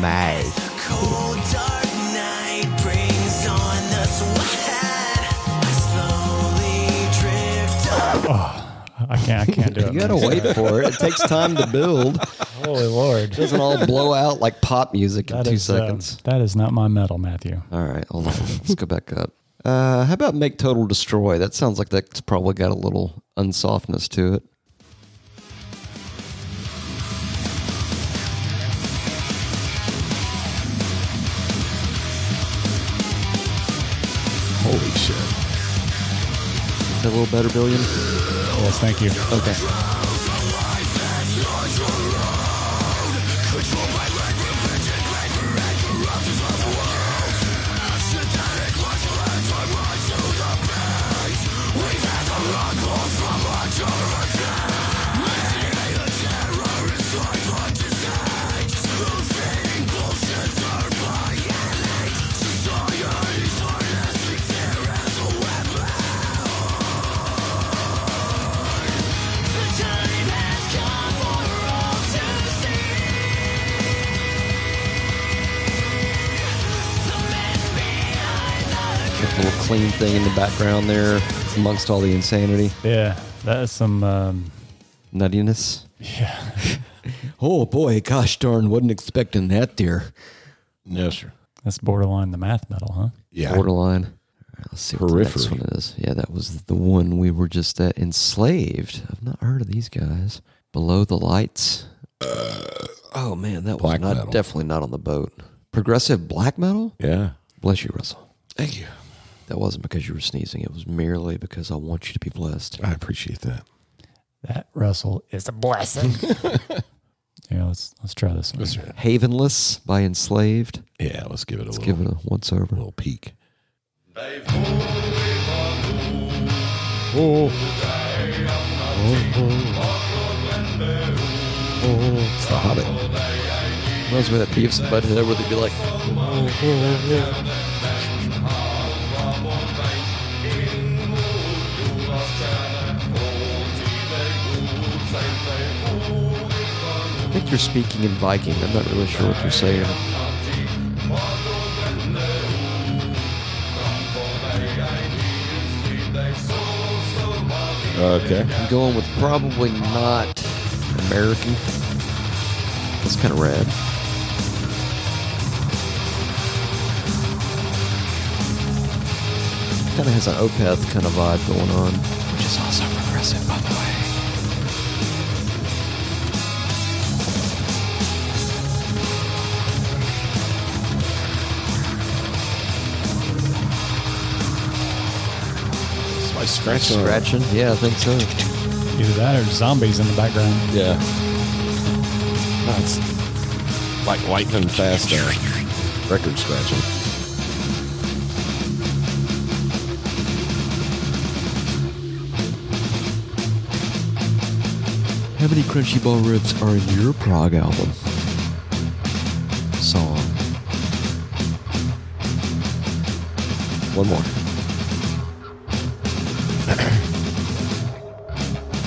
My
The cold dark night brings on the sweat. I slowly drift up.
I
*laughs*
can't I can't do it.
You gotta wait for it. It takes time to build. It
Holy
*laughs*
Lord.
doesn't all blow out like pop music in
That
two
is, uh,
seconds.
that is not my metal, Matthew.
All right, hold on. Let's go back up. Uh, how about Make Total Destroy? That sounds like that's probably got a little unsoftness to it.
Holy shit.
Is that a little better, Billion?
Yes, thank you.
Okay.
The time
little clean thing in the background there amongst all the insanity,
Yeah, that is some. Um,
nuttiness. Yeah. *laughs* oh boy, gosh darn, wasn't expecting that there.
No, sir.
that's borderline the math metal, huh?
Yeah.
Borderline. All right, let's see what the
Periphery.
next one is. Yeah, that was the one we were just at. Enslaved. I've not heard of these guys. Below the lights. oh man, that was
Uh, Black
not
metal.
definitely not on the boat. Progressive black metal.
Yeah.
Bless you, Russell.
Thank you.
That wasn't because you were sneezing. It was merely because I want you to be blessed.
I appreciate that.
That Russell is
*laughs*
a blessing. yeah, let's let's try this one.
Havenless by Enslaved.
Yeah, let's give it a little,
Give it a once over.
little peek. Oh. Oh. It's the Hobbit.
Reminds me of that Beavis and Butthead where they'd be like, I think you're speaking in Viking. I'm not really sure what you're saying.
Okay.
I'm going with probably not American. That's kind of rad. Kind of has an Opeth kind of vibe going on, which is also progressive, by the way.
Somebody scratching. on it.
Scratching? Yeah, I think so.
Either that or zombies in the background.
Yeah. No, it's like lightning fast uh, record scratching.
How many crunchy ball ribs are in your prog album? Song.
One more.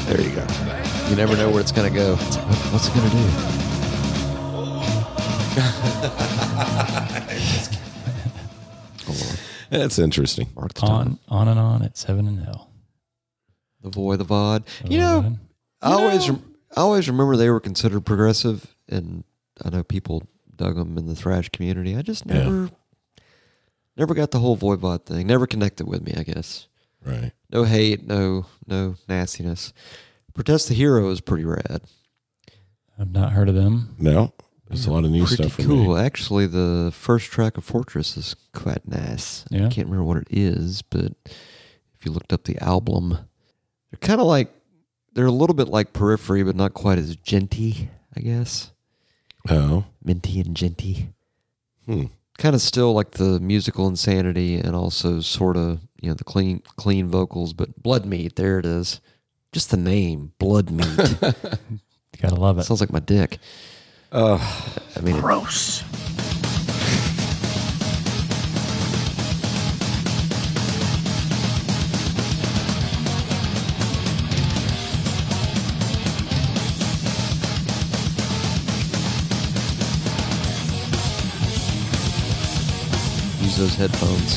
there you go.
You never know where it's gonna go. It's like, what- What's it gonna do?
That's interesting.
Mark the time.
On on and on at seven and hell.
The void, the vod. You know, I always, rem- I always remember they were considered progressive, and I know people dug them in the thrash community. I just never, never got the whole Voivod thing. Never connected with me. I guess
Right.
no hate, no no nastiness. Protest the hero is pretty rad.
I've not heard of them.
No, there's a lot of new
pretty
stuff for
cool.
me.
Actually, the first track of Fortress is quite nice. I
Yeah.
can't remember what it is, but if you looked up the album, they're kind of like they're a little bit like Periphery, but not quite as genty, I guess.
Oh,
Minty and genty.
hmm.
Kind of still like the musical insanity, and also sort of you know the clean clean vocals, but Blood Meat. There it is. Just the name, Blood Meat. *laughs*
You gotta love it.
Sounds like my dick. Oh, I mean, gross. Use those headphones.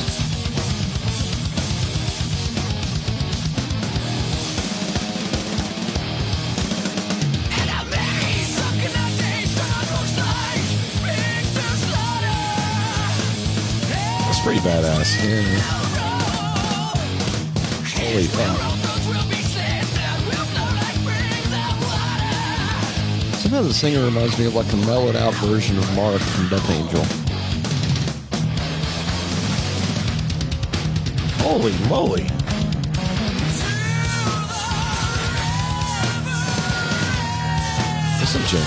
That's pretty badass.
Yeah.
Holy fuck.
Somehow the singer reminds me of like a mellowed out version of Mark from Death Angel.
Holy moly. Listen, Jim.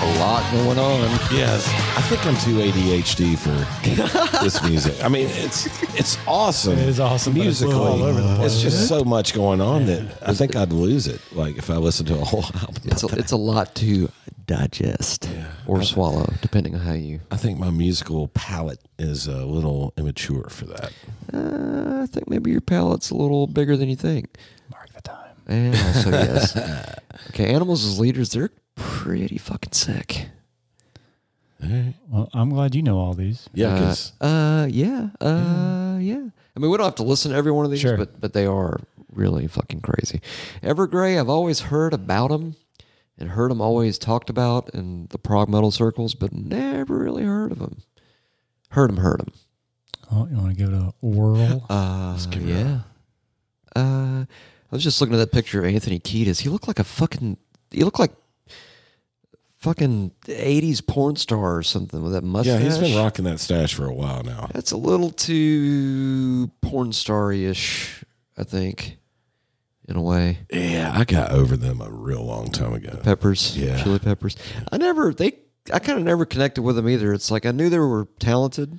A lot going on.
Yes, I think I'm too ADHD *laughs* for this music. I mean, it's it's awesome.
It is awesome, but it's
musically.
all over the place.
It's just so much going on that I think I'd lose it. Like if I listened to a whole *laughs* album.
It's a, it's a lot to digest or swallow, depending on how you.
I think my musical palate is a little immature for that.
Uh, I think maybe your palate's a little bigger than you think.
Mark the time.
And also, yes. Okay, animals as leaders, they're pretty fucking sick.
Well, I'm glad you know all these.
Yeah,
Uh,
'cause-
uh, yeah. Uh, yeah. I mean, we don't have to listen to every one of these,
Sure.
but but they are really fucking crazy. Evergrey, I've always heard about them and heard them always talked about in the prog metal circles, but never really heard of them. Heard them, heard them.
Oh, you want to give it a whirl?
Uh,
give it a-
yeah. Uh, I was just looking at that picture of Anthony Kiedis. He looked like a fucking. He looked like fucking '80s porn star or something with that mustache.
yeah, he's been rocking that stash for a while now.
That's a little too porn star-ish, I think, in a way.
Yeah, I got over them a real long time ago.
Peppers,
Yeah.
chili peppers. I never they. I kind of never connected with them either. It's like I knew they were talented,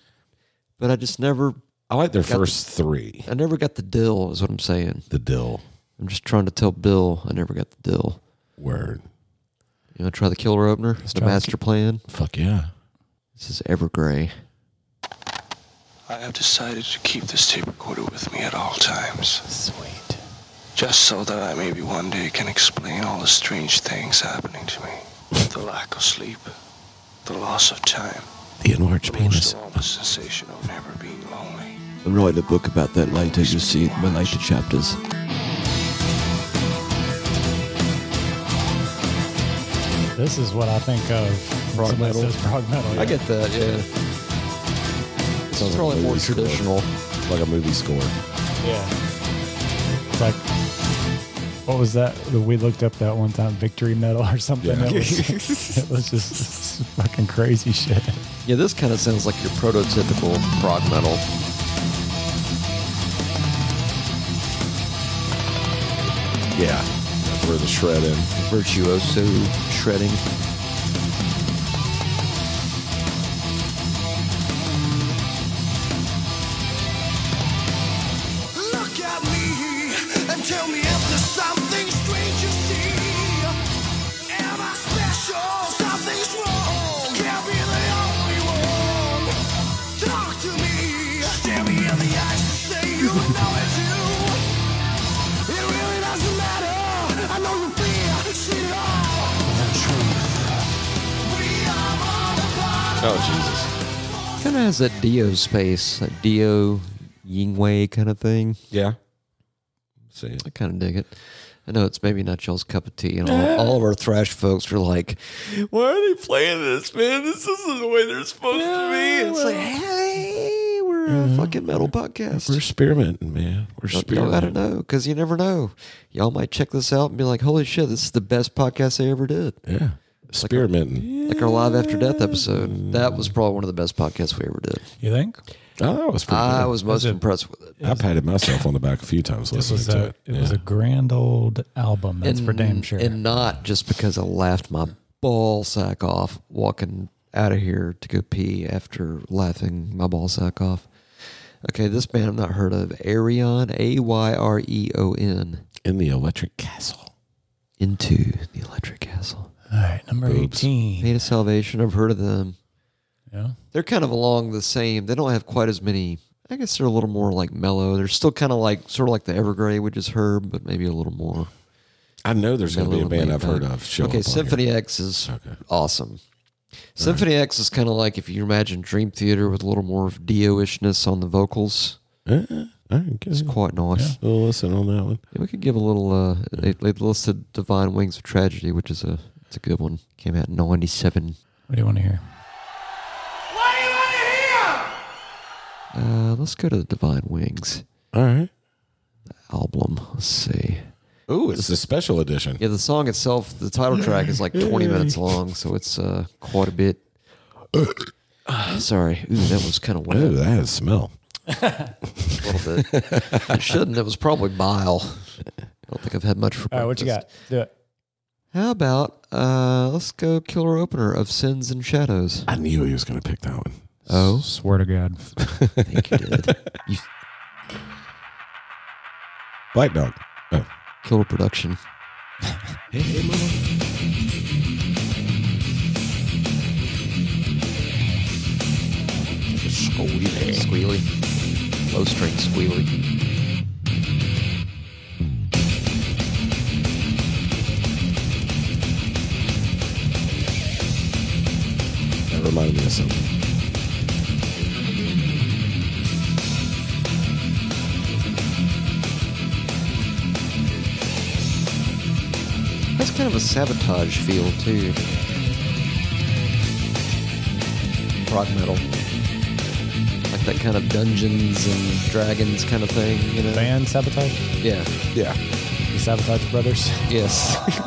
but I just never.
I like their
Got the-
first three.
I never got the deal. Is what I'm saying.
The Dill
I'm just trying to tell Bill I never got the deal.
word.
You know, try the killer opener, the
try the
master plan.
Fuck yeah.
This is Evergrey.
I have decided to keep this tape recorder with me at all times,
Sweet.
just so that I maybe one day can explain all the strange things happening to me. the lack of sleep, the loss of time,
The enlarged
the most
penis.
awful sensation of never being lonely.
I'm writing a book about that later, you'll see it in my later chapters.
This is what I think of when
Prog
somebody
metal.
says prog metal. yeah.
I get that. Yeah,
Sounds
it's
like a
probably more
movie score.
traditional.
Like a movie score.
Yeah. It's like, what was that? that We looked up that one time, victory medal or something.
Yeah.
That was, *laughs* it was just fucking crazy shit.
Yeah, this kind of sounds like your prototypical prog metal.
Yeah. That's where the shred in.
virtuoso shredding.
Look at me and tell me if there's something strange you see. Am I special? Something's wrong. Can't be the only one. Talk to me. Stare me in the eyes and say you know it too. It really doesn't matter. I know you fear. See it all. We are all a part of
Oh,
Kind of has that Dio space, that Dio Yingwei kind of thing.
Jesus. Yeah. See it.
I kind of dig it. I know it's maybe not y'all's cup of tea, and all, all of our thrash folks are like, "Why are they playing this, man? This isn't the way they're supposed to be." It's like, hey, we're
Mm-hmm.
a fucking metal podcast.
We're experimenting, man. We're
Y'all- Y'all gotta
experimenting.
know because you never know. Y'all might check this out and be like, "Holy shit, this is the best podcast they ever did."
Yeah. Experimenting.
Like our live after death episode, that was probably one of the best podcasts we ever did.
You think?
Oh, that was pretty
I
good.
was most
it-
impressed with it.
I patted myself on the back a few times
It
listening
was
to
a
it.
it was a grand old album. That's for damn sure.
And not just because I laughed my ball sack off walking out of here to go pee after laughing my ball sack off. Okay, this band I've not heard of. Arion, A Y R E O N.
In the electric castle.
Into the Electric Castle.
All right, number
Boobs.
eighteen.
Made of Salvation, I've heard of them.
Yeah.
They're kind of along the same. They don't have quite as many. I guess they're a little more like mellow. They're still kind of like, sort of like the Evergrey we just heard, but maybe a little more.
I know there's going to be a band I've heard of. Show
okay,
up on
Symphony X is
Okay.
awesome. Symphony X is kind of like if you imagine Dream Theater with a little more of Dio-ishness on the vocals.
here. Uh, all right, good.
It's quite nice.
We'll listen on that one.
Yeah, we could give a little. Uh, they, they listed Divine Wings of Tragedy, which is a it's a good one. Came out in '97.
What do you want to hear?
Uh, let's go to the Divine Wings
All right.
album. Let's see.
Ooh, it's a special edition.
Yeah, the song itself, the title track is like 20 minutes long, so it's uh, quite a bit. *sighs* Sorry, Ooh, that was kind of wet.
Oh, that has smell.
little bit. *laughs* it shouldn't. It was probably bile. I don't think I've had much for
All right, what you got?
breakfast.
Do it.
How about uh let's go killer opener of Sins and Shadows.
I knew he was going to pick that one.
Oh,
Swear to God.
*laughs* I think you did. You
Black Dog. Oh.
killer production. Holy Squealy. Low string squealy.
That reminded me of something.
That's kind of a sabotage feel too. Rock metal. Like that kind of Dungeons and Dragons kind of thing, you know?
*laughs* Band Sabotage?
Yeah.
Yeah.
The Sabotage *laughs* Brothers?
Yes.
*laughs*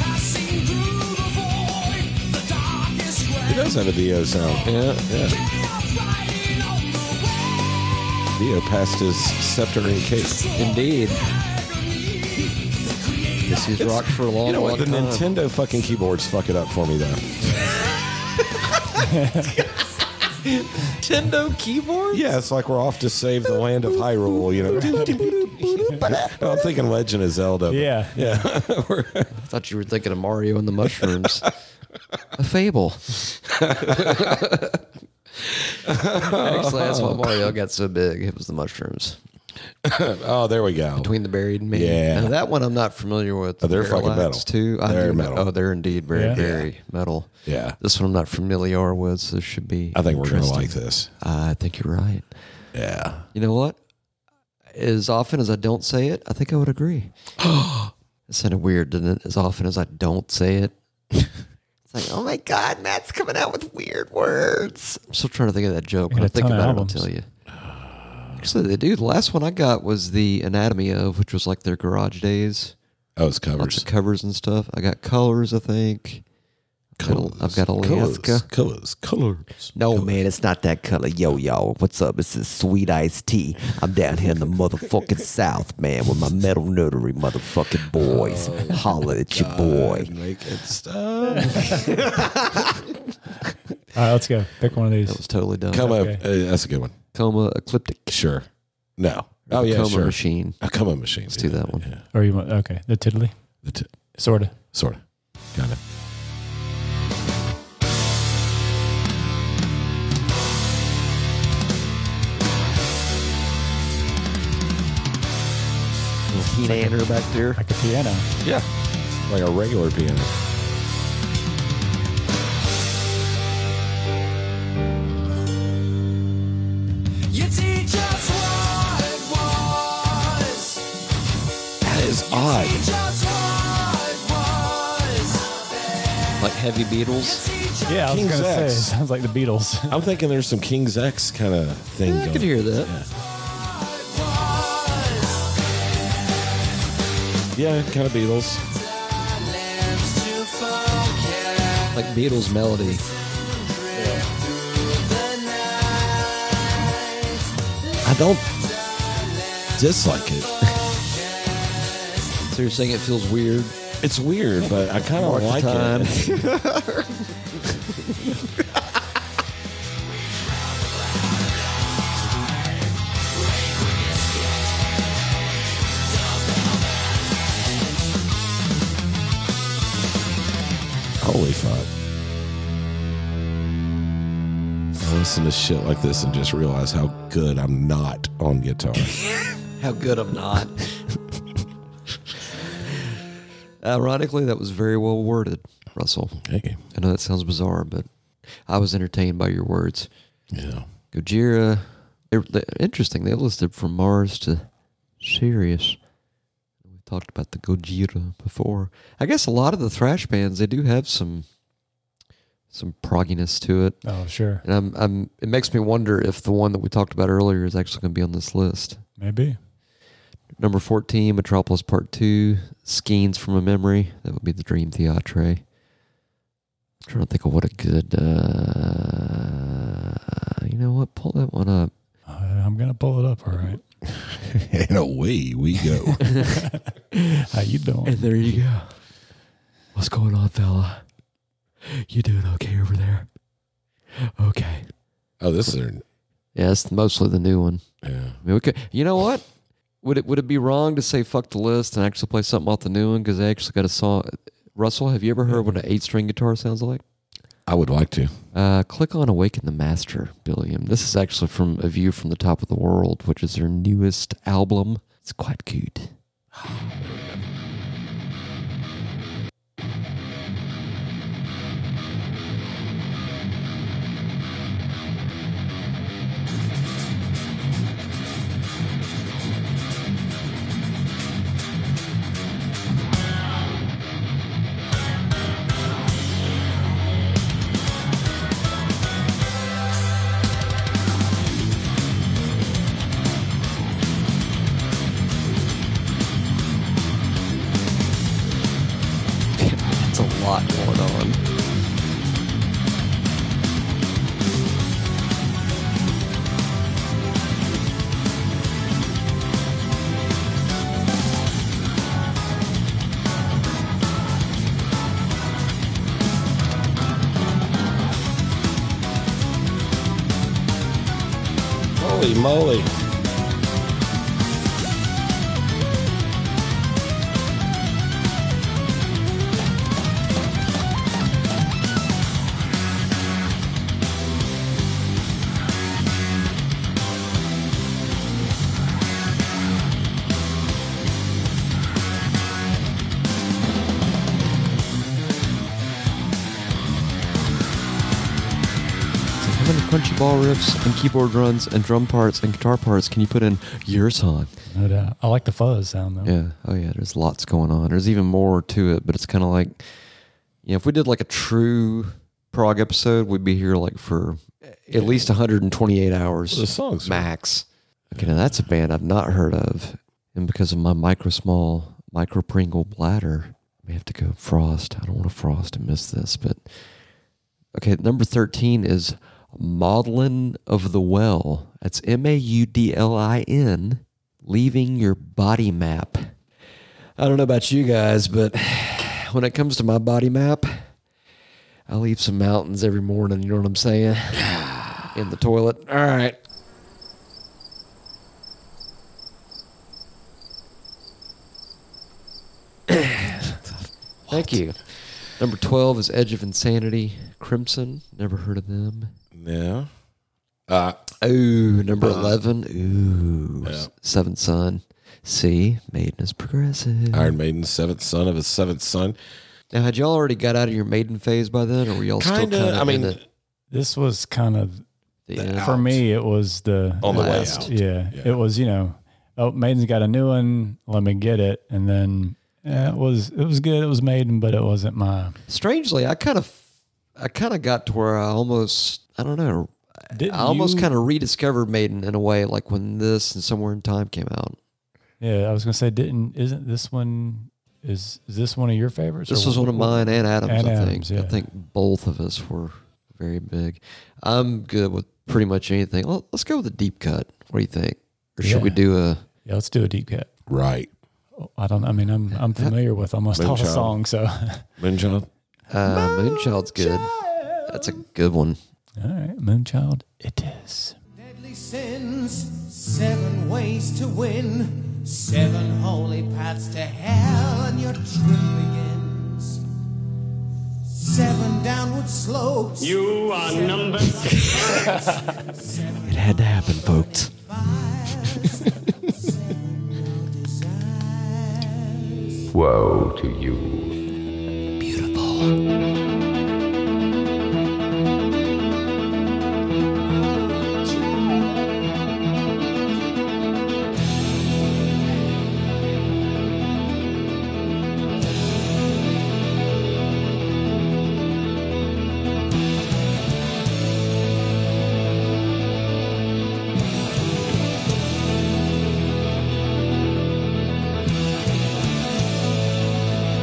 Passing through the void, the darkest
It does have a Dio sound.
yeah.
Yeah. Dio passed his scepter and cape.
Indeed. This is rock for a long,
You know
long
what? The
time.
Nintendo fucking keyboards fuck it up for me, though.
Nintendo keyboard?
Yeah, it's like we're off to save the land of Hyrule, you know. No, *laughs* I'm thinking Legend of Zelda. but-
Yeah.
Yeah. *laughs*
I thought you were thinking of Mario and the Mushrooms. a
*laughs*
fable. Actually, that's why Mario got so big. It was the mushrooms.
Oh, there we go.
Between the Buried and Me.
Yeah.
Now, that one I'm not familiar with.
Oh, they're fucking
Parallax,
metal.
Too. I
They're
do-
metal.
Oh, they're indeed very,
Yeah.
very metal.
Yeah.
This one I'm not familiar with, so this should be.
I think we're going to
interesting.
like this.
I think you're right.
Yeah.
You know what? As often as I don't say it, I think I would agree. it sounded weird, didn't it? As often as I don't say it, *laughs* it's like, oh my God, Matt's coming out with weird words. I'm still trying to think of that joke. When
Got
I
a
think
ton of
about it, I'll
albums.
tell you. Actually, they do. The last one I got was the Anatomy of, which was like their Garage Days.
Oh, it's
Lots
covers.
of covers and stuff. I got Colors, I think. I've got a- I've got Alaska.
Colors. Colors. Colors.
No, man, it's not that color. Yo, yo, what's up? This is Sweet Iced Tea. I'm down here in the
*laughs*
motherfucking South, man, with my metal nerdery motherfucking boys.
Oh,
Holla at your boy.
Make it stop.
All right, let's go. Pick one of
That
these.
was totally done.
Coma.
Okay.
Uh, that's a good one.
Coma Ecliptic.
Sure. No. Oh, yeah,
Coma
sure.
Machine.
A coma machine. Let's
do that one.
Or you want, okay, the Tiddly?
The t-
Sort of.
sort of. Kind of.
Keenander back there.
Like a piano.
Yeah. Like a regular piano.
You teach us what it was.
That is odd.
Teach us what it was.
Like heavy Beatles.
Teach
Yeah, I was
King's
going to say, it
X.
*laughs* sounds like the *laughs* Beatles.
I'm thinking there's some King's X kind of thing
I
going
could hear that.
Yeah, kind of Beatles.
Like Beatles melody.
I don't dislike it.
So you're saying it feels weird?
It's weird, but I kind
Mark
of
the
like
time.
it. *laughs* Holy fuck. I listen to shit like this and just realize how good I'm not on guitar.
How good I'm not. Ironically, that was very well worded, Russell.
hey,
I know that sounds bizarre, but I was entertained by your words.
*laughs* yeah.
Gojira, they they- interesting. They listed from Mars to Sirius. We talked about the Gojira before. I guess a lot of the thrash bands they do have some some progginess to it.
Oh, sure.
And I'm, I'm, it makes me wonder if the one that we talked about earlier is actually going to be on this list.
Maybe.
Number 14, Metropolis Part 2, Skeins from a Memory. That would be the Dream Theatre. I'm trying to think of what a good, uh, you know what? Pull that one up.
Uh, I'm going to pull it up. All *laughs* right.
And away we go.
How you doing?
there you go. What's going on, fella? You doing okay over there? Okay.
*laughs* oh, this is.
Yeah, it's mostly the new one.
Yeah.
I mean, we could, you know what? Would it would it be wrong to say fuck the list and actually play something off the new one because they actually got a song? Russell, have you ever heard what an eight string guitar sounds like?
I would like to.
Uh, click on Awaken the Master, Billiam. This is actually from A View from the Top of the World, which is their newest album. It's quite good. That's a lot going on.
Holy moly.
How many crunchy ball riffs and keyboard runs and drum parts and guitar parts can you put in yours on?
No doubt. I like the fuzz sound though.
Yeah. Oh yeah. There's lots going on. There's even more to it, but it's kind of like, you know, if we did like a true prog episode, we'd be here like for at least 128 hours.
The songs are-
max. Okay, now that's a band I've not heard of, and because of my micro small micro Pringle bladder, I may have to go frost. I don't want to frost and miss this, but okay. Number 13 is Maudlin of the Well. That's M A U D L I N. Leaving your body map. I don't know about you guys, but *sighs* when it comes to my body map, I leave some mountains every morning. You know what I'm saying? *sighs* In the toilet. All right. Thank you. Number 12 is Edge of Insanity, Crimson. Never heard of them.
No. Uh,
Oh, number 11. Ooh,
Yeah.
Seventh Son. See, Maiden is progressive.
Iron Maiden, seventh son of his seventh son.
Now, had y'all already got out of your Maiden phase by then, or were y'all
Kind
still
of.
kind of
I mean,
the,
This was kind of
the end?
for
out.
me. It was the
on the way
Last.
out.
yeah,
Yeah.
It was you know, oh Maiden's got a new one. Let me get it, and then yeah, it was it was good. It was Maiden, but it wasn't my.
strangely, I kind of, I kind of got to where I almost, I don't know,
Didn't
I almost
you-
kind of rediscovered Maiden in a way, like when this and Somewhere in Time came out.
Yeah, I was gonna say, didn't isn't this one is is this one of your favorites?
This
or
was one of
what-
mine and Adams.
And
I
Adams,
think.
yeah.
I think both of us were very big. I'm good with pretty much anything. Well, let's go with a deep cut. What do you think? Or should we
Yeah.
do a?
Yeah, let's do a deep cut.
Right.
I don't. I mean, I'm I'm familiar with almost all the
Moonchild.
songs, so *laughs* all
Moonchild.
Uh, Moonchild's good. That's a good one.
right, Moonchild, it is.
Deadly sins, seven ways to win, seven holy paths to hell, and your trip begins. Seven downward slopes. You
It had to happen, folks.
Woe to you.
Beautiful.
Seven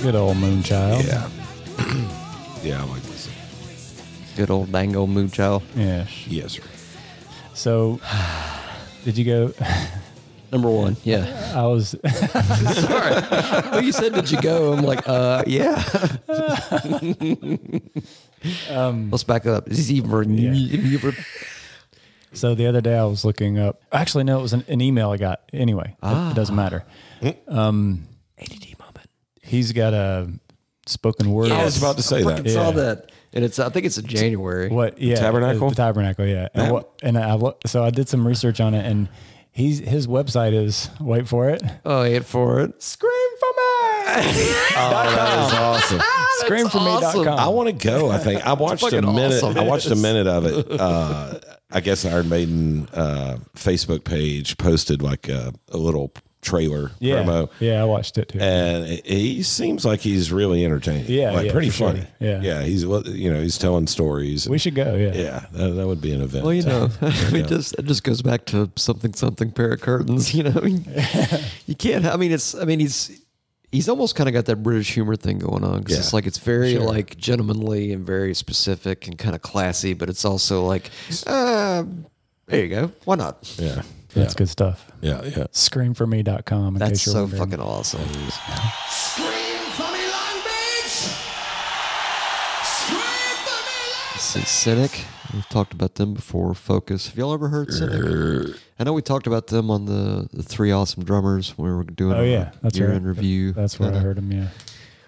Good old Moonchild.
Yeah. *clears throat* yeah, I like this.
Good old dango moonchild.
Yeah.
Yes, sir.
So, *sighs* did you go? *laughs*
Number one. Yeah.
I was.
Sorry. *laughs* Well, you said, did you go? I'm like, uh,
*laughs*
yeah.
Um,
Let's back up. Is he even- even-
So the other day I was looking up. Actually, no, it was an, an email I got. Anyway, it- it, doesn't matter. Um, ADD moment. He's got a spoken word.
I was about to say that.
I saw
Yeah.
that. And it's, I think it's a January.
What? Yeah, uh,
Tabernacle?
The tabernacle. Yeah. And, what, and I lo- so I did some research on it, and he's his website is wait for it.
Oh, eight for it.
Scream for me.
That is awesome.
Scream for me.
I want to go. I think I watched a
fucking
minute.
awesome.
I watched a minute of
*laughs*
it. Uh, I guess Iron Maiden uh, Facebook page posted like a, a little trailer
Yeah.
promo,
Yeah, I watched it too.
and he seems like he's really entertaining.
Yeah,
like
yeah,
pretty
for sure.
funny.
Yeah.
yeah. He's you know he's telling stories.
we should go. Yeah.
yeah, that, that would be an event.
Well, you
to-
know, *laughs* I mean,
Yeah.
just it just goes back to something, something pair of curtains. *laughs* You know, you can't. I mean, it's. I mean, he's he's almost kind of got that British humor thing going on 'cause it's
Yeah.
like it's very like gentlemanly and very specific and kind of classy, but it's also like, um, there you go. Why not?
Yeah,
That's good stuff.
yeah, yeah.
Screamforme.com. In
That's
case you're
so
wondering.
fucking awesome.
Scream for me, Long Beach! Scream for me, Long
See, Cynic. We've talked about them before. Focus. Have y'all ever heard Cynic? I know we talked about them on the, the three awesome drummers when we were doing
Oh yeah, that's
year
right.
in review.
That's where I
kinda.
heard him. Yeah.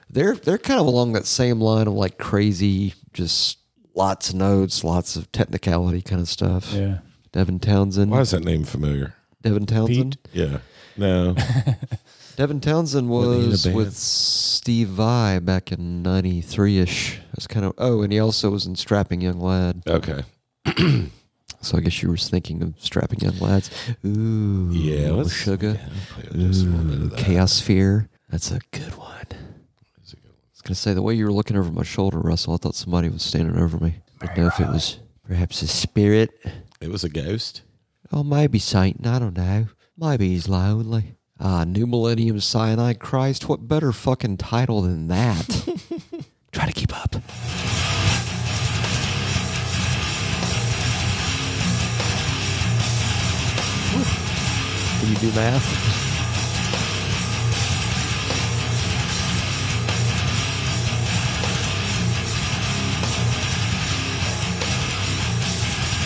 they're they're kind of along that same line of like crazy, just lots of notes, lots of technicality kind of stuff.
Yeah.
Devin Townsend.
Why is that name familiar?
Devin Townsend.
Yeah,
*laughs*
no,
Devin Townsend
they in a
was
band?
with Steve Vai back in '93 ish. That's kind of oh, and he also was in Strapping Young Lad.
okay,
So I guess you were thinking of Strapping Young Lads. Ooh,
yeah. Let's
sugar.
yeah, play with this a little bit of that.
Chaos Sphere. That's a good one. I was gonna say the way you were looking over my shoulder, Russell. I thought somebody was standing over me. I didn't know if it was perhaps a spirit.
It was a ghost.
Oh, maybe Satan. I don't know. Maybe he's lonely. Ah, New Millennium Cyanide Christ. What better fucking title than *laughs* that? Try to keep up. Can you do math?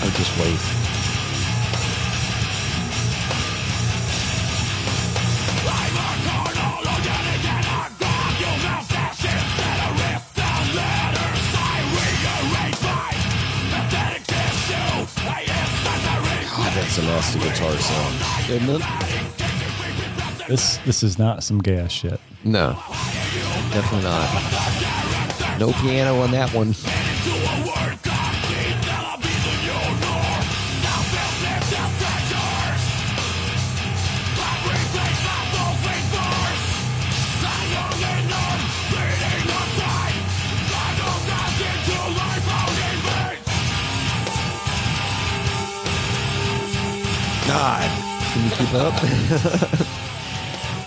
Oh, just wait.
That's a nasty guitar song.
This this is not some gas shit.
No, definitely not. No piano on that one.
God,
Can you keep up? *laughs*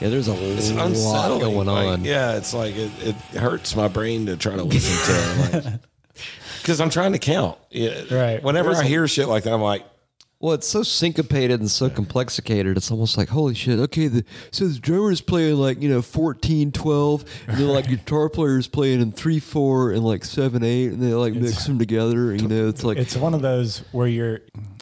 yeah, there's a
it's
lot
unsettling.
going
like,
on.
Yeah, it's like it, it hurts my brain to try to listen to. it, Because I'm trying to count. Yeah.
Right.
Whenever
There's
I
a-
hear shit like that, I'm like,
Well, it's so syncopated and so complexicated. It's almost like, holy shit, okay, the, so the drummer's playing like, you know, 14, 12, and then like guitar player's playing in 3, 4, and like 7, 8, and they like mix them together. You know, it's like,
It's one of those where you're.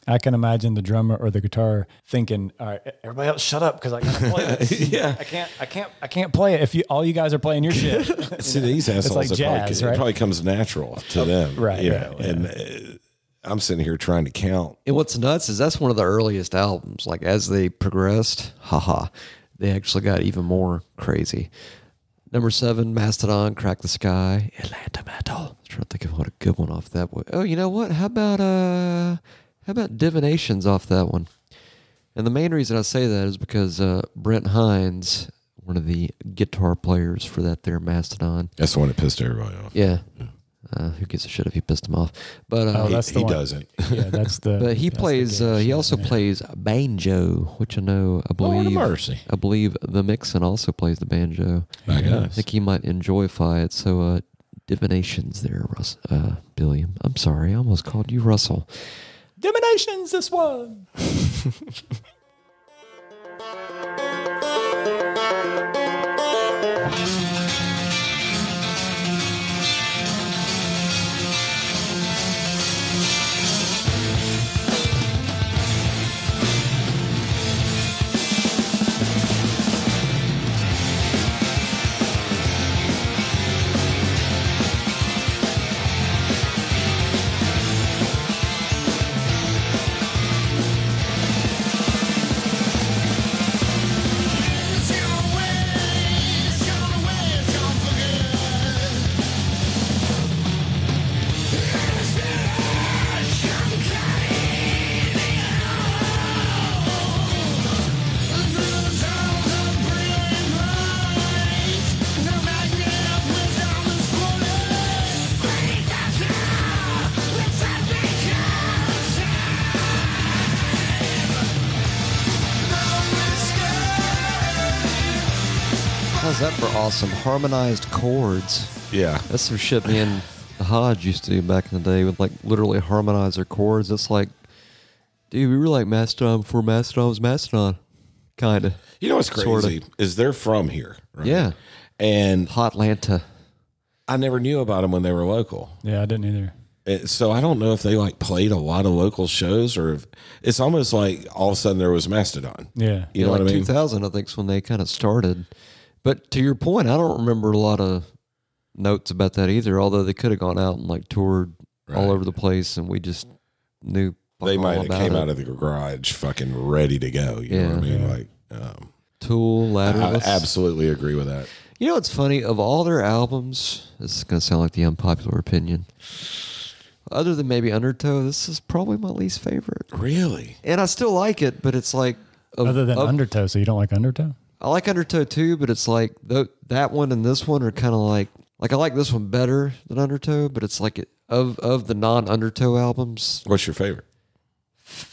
I can imagine the drummer or the guitar thinking, "All right, everybody else, shut up, because I gotta play this.
Yeah.
I can't, I can't, I can't play it if you all you guys are playing your shit."
*laughs* see, these assholes,
like
it, probably,
jazz,
it
right?
probably comes natural to them.
right,
You
right,
know, And uh, I'm sitting here trying to count.
And what's nuts is that's one of the earliest albums. Like as they progressed, haha, they actually got even more crazy. Number seven, Mastodon, Crack the Sky, Atlanta Metal. I was trying to think of what a good one off that one. Oh, you know what? How about uh how about Divinations off that one? And the main reason I say that is because uh, Brent Hines, one of the guitar players for that there Mastodon,
That's the one that pissed everybody off.
yeah. Uh, who gives a shit if he pissed him off? But uh,
Oh, that's the He- he one. doesn't. Yeah, that's the-
But he
that's the
plays.
gay
uh, he
shit,
also
yeah.
plays banjo, which I know. I
Lord
believe.
have mercy.
I believe the Mixon also plays the banjo.
I
I
guess.
think he might enjoyify it. So uh, divinations there, Russ. Uh, Billiam. I'm sorry, I almost called you Russell.
Domination's this one.
How's that for awesome harmonized chords?
Yeah,
that's some shit me and Hodge used to do back in the day with like literally harmonize their chords. It's like, dude, we were like Mastodon before Mastodon was Mastodon, kind of.
You know what's crazy is they're from here. Right?
Yeah,
and
Hotlanta.
I never knew about them when they were local.
Yeah, I didn't either.
And so I don't know if they like played a lot of local shows or if it's almost like all of a sudden there was Mastodon.
Yeah,
You know
like
what I mean?
2000, I think, is when they kind of started. But to your point, I don't remember a lot of notes about that either. Although they could have gone out and like toured all over the place, and we just knew
They
all
might have
about
came
it.
out of the garage fucking ready to go. You know what I
Yeah.
mean? Like, um,
Tool,
I
Ladderless.
absolutely agree with that.
You know what's funny? Of all their albums, this is going to sound like the unpopular opinion. Other than maybe Undertow, this is probably my least favorite.
Really?
And I still like it, but it's like. of-
Other than
of-
Undertow, so you don't like Undertow?
I like Undertow too, but it's like th- that one and this one are kind of like like I like this one better than Undertow, but it's like it, of of the non Undertow albums.
What's your favorite?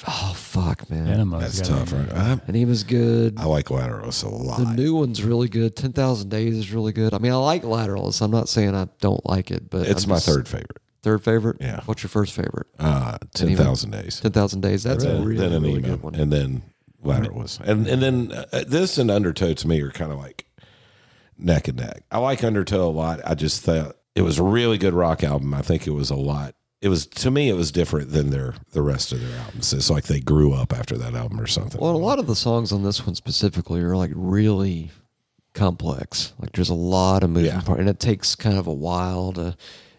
Oh fuck, man,
Enema's
That's
got
tough,
it.
right? I,
And he was good.
I like Lateros a lot.
The new one's really good. Ten thousand days is really good. I mean, I like Laterals. I'm not saying I don't like it, but
It's
I'm
my
just-
third favorite.
Third favorite.
Yeah.
What's your first favorite?
Uh, 10,000 Days.
Ten thousand days. That's a
Then-
really,
then an
really
email,
good one.
and then Laterals, and and then uh, this and Undertow to me are kind of like neck and neck. I like Undertow a lot. I just thought it was a really good rock album. I think it was a lot. It was to me, it was different than their the rest of their albums. It's like they grew up after that album or something.
Well, a lot of the songs on this one specifically are like really complex. Like there's a lot of moving part, and it takes kind of a while to.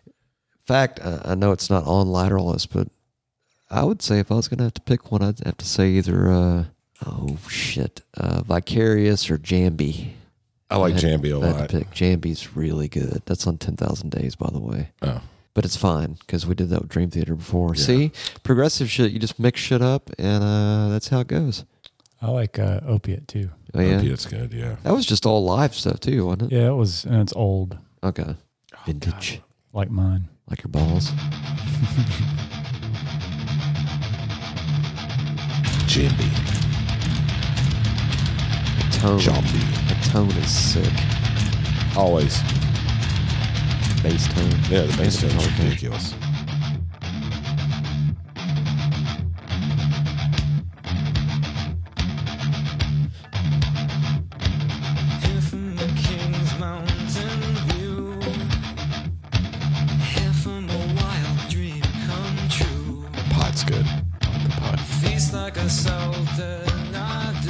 In fact, I, I know it's not on Lateralist, but I would say if I was going to have to pick one, I'd have to say either uh, oh shit, uh, Vicarious or Jambi.
Oh, I like
If had-
Jambi a
if I had to
lot.
Pick. Jambi's really good. That's on Ten Thousand Days, by the way.
Oh.
But it's fine because we did that with Dream Theater before. See, progressive shit. You just mix shit up, and uh, that's how it goes.
I like uh, Opiate too.
Oh, yeah.
Opiate's good, yeah.
That was just all live stuff too, wasn't it?
Yeah, it was, and it's old,
Okay. Vintage.
like mine.
Like your balls.
Jambi.
The tone.
Jambi.
The tone is sick.
Always.
Bass tone.
Yeah, the bass
Bass
tone's
tone.
ridiculous. Pot's good. I like the pot.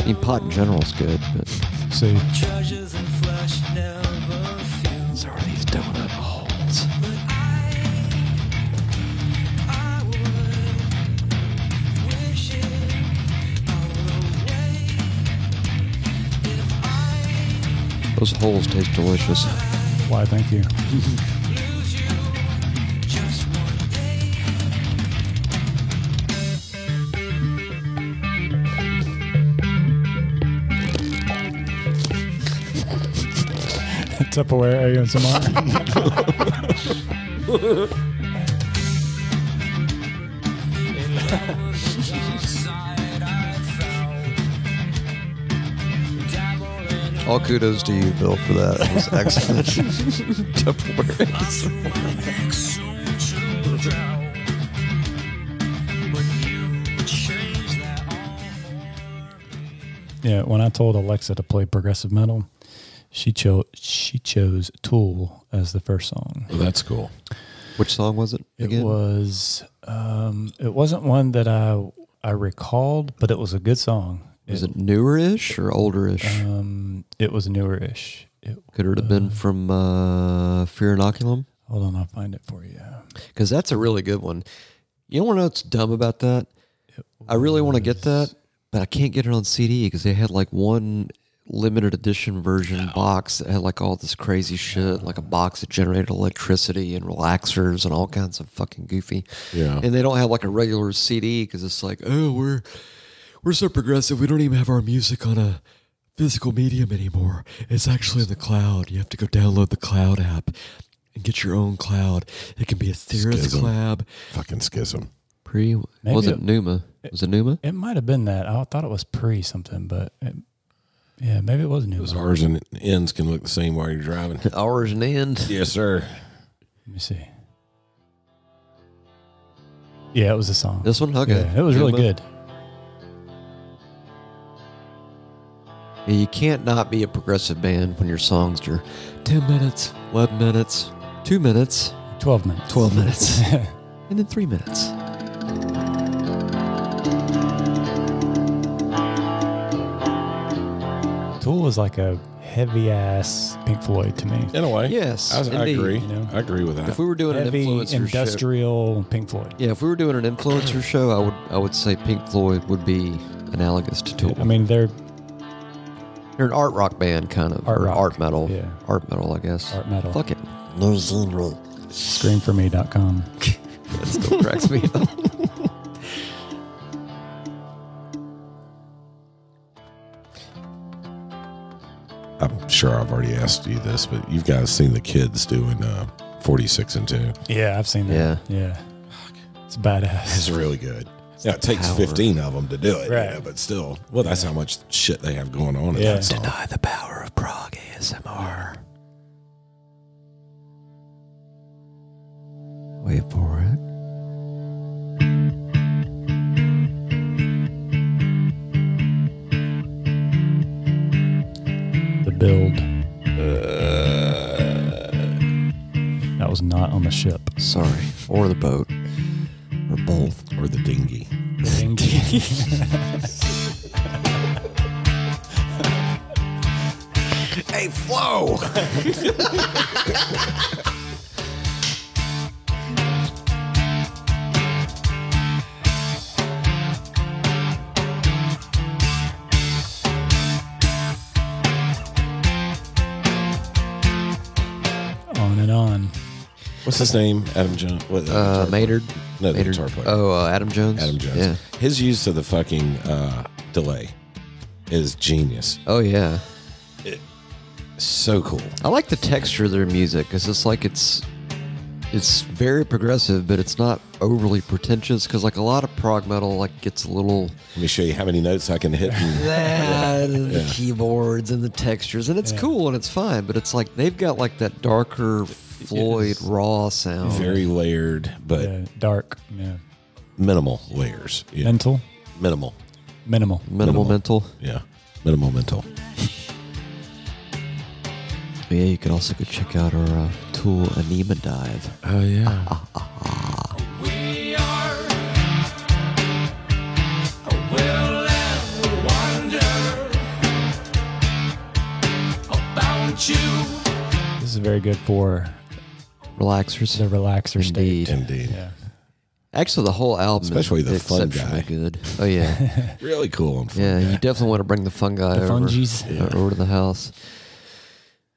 I mean, pot in general is good, but
See,
so are these donut holes. Those holes taste delicious.
why? Thank you. *laughs* Tupperware ASMR.
All kudos to you, Bill, for that. That *laughs* was excellent.
Yeah, when I told Alexa to play progressive metal, she chose she chose Tool as the first song.
Well, that's cool.
Which song was it?
It was um, it wasn't one that I I recalled, but it was a good song.
Was it newer-ish or older-ish?
Um, it was newer-ish. It,
Could it have been from uh, Fear Inoculum?
hold on, I'll find it for you.
Because that's a really good one. You know what else dumb about that? I really want to get that, but I can't get it on CD because they had like one limited edition version box that had like all this crazy shit, like a box that generated electricity and relaxers and all kinds of fucking goofy.
Yeah.
And they don't have like a regular CD because it's like, oh, we're we're so progressive, we don't even have our music on a physical medium anymore. It's actually in the cloud. You have to go download the cloud app and get your own cloud. It can be a Cirrus
Schism.
collab.
Fucking schism.
Pre
Maybe
was it
it-
Numa? Was it Numa? *laughs*
It might have been that. I thought it was pre something, but it, yeah, maybe it was new.
Those
Let
R's and ends can look the same while you're driving.
Hours and end.
yes, sir.
me see. Yeah, it was a song.
This one? Okay.
Yeah, it was really
Numa.
good.
Yeah, you can't not be a progressive band when your songs are 10 minutes, 11 minutes, 2 minutes,
Twelve minutes.
12
*laughs*
minutes, and then 3 minutes.
Tool is like a heavy ass Pink Floyd to me.
In a way.
Yes,
I, was- I
indeed,
agree.
you know.
I agree with that.
If we were doing an
Heavy
influencer show,
industrial Pink Floyd.
yeah, if we were doing an influencer show, I would I would say Pink Floyd would be analogous to Tool.
I mean, they're
They're an art rock band, kind of
Art
or
rock,
art metal,
yeah.
art metal, I guess.
Art metal.
Fuck it, *laughs*
screamforme.com.
that still cracks me up.
I'm sure I've already asked you this, but you guys seen the kids doing uh, 46 and 2.
Yeah, I've seen that. Yeah.
It's
It's badass.
really good. Now, it takes
power.
15 of them to do it, you
Right.
know, but still, well, that's how much shit they have going on in
Yeah.
that song.
the power of Prague ASMR. Wait for it.
The build. that was not on the ship.
Sorry, or the boat, or both.
Or the dinghy.
Hey, Flo!
on and on.
What's his name? Adam Jones. What, the
Uh,
guitar
Maynard.
player? No, the
Maynard.
guitar player.
Oh, uh, Adam Jones.
Adam Jones.
Yeah.
His use of the fucking uh, delay is genius.
Oh yeah.
So cool.
I like the texture of their music because it's like it's it's very progressive, but it's not overly pretentious. Because like a lot of prog metal, like gets a little
Let me show you how many notes I can hit. And,
*laughs* that and
Yeah.
the keyboards and the textures and it's cool and it's fine but it's like they've got like that darker floyd raw sound
very layered, but
Yeah, dark. Yeah.
minimal layers. Yeah.
Mental.
minimal.
Minimal.
minimal
minimal.
mental
Yeah. Minimal mental.
But yeah you can also go check out our uh, tool anema dive
Oh, yeah.
We are a will and a wonder about you.
This is very good for
relaxers
the relaxer
Indeed.
state.
Indeed.
Yeah.
actually the whole album
Especially
is
the fun
exceptionally
guy.
good oh
*laughs*
yeah
Really cool and fun.
yeah you definitely want to bring the fun guy
The
over,
fungies.
uh, over to the house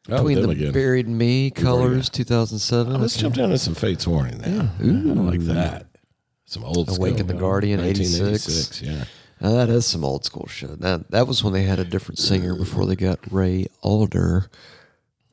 Oh,
between
them
the
again.
buried me colors
Let's
2007
jump down to some Fates Warning now. I like that. Some old school.
awaken the guardian 86
1986, yeah.
Now, Uh, that is some old school shit. That that was when they had a different singer before they got Ray Alder.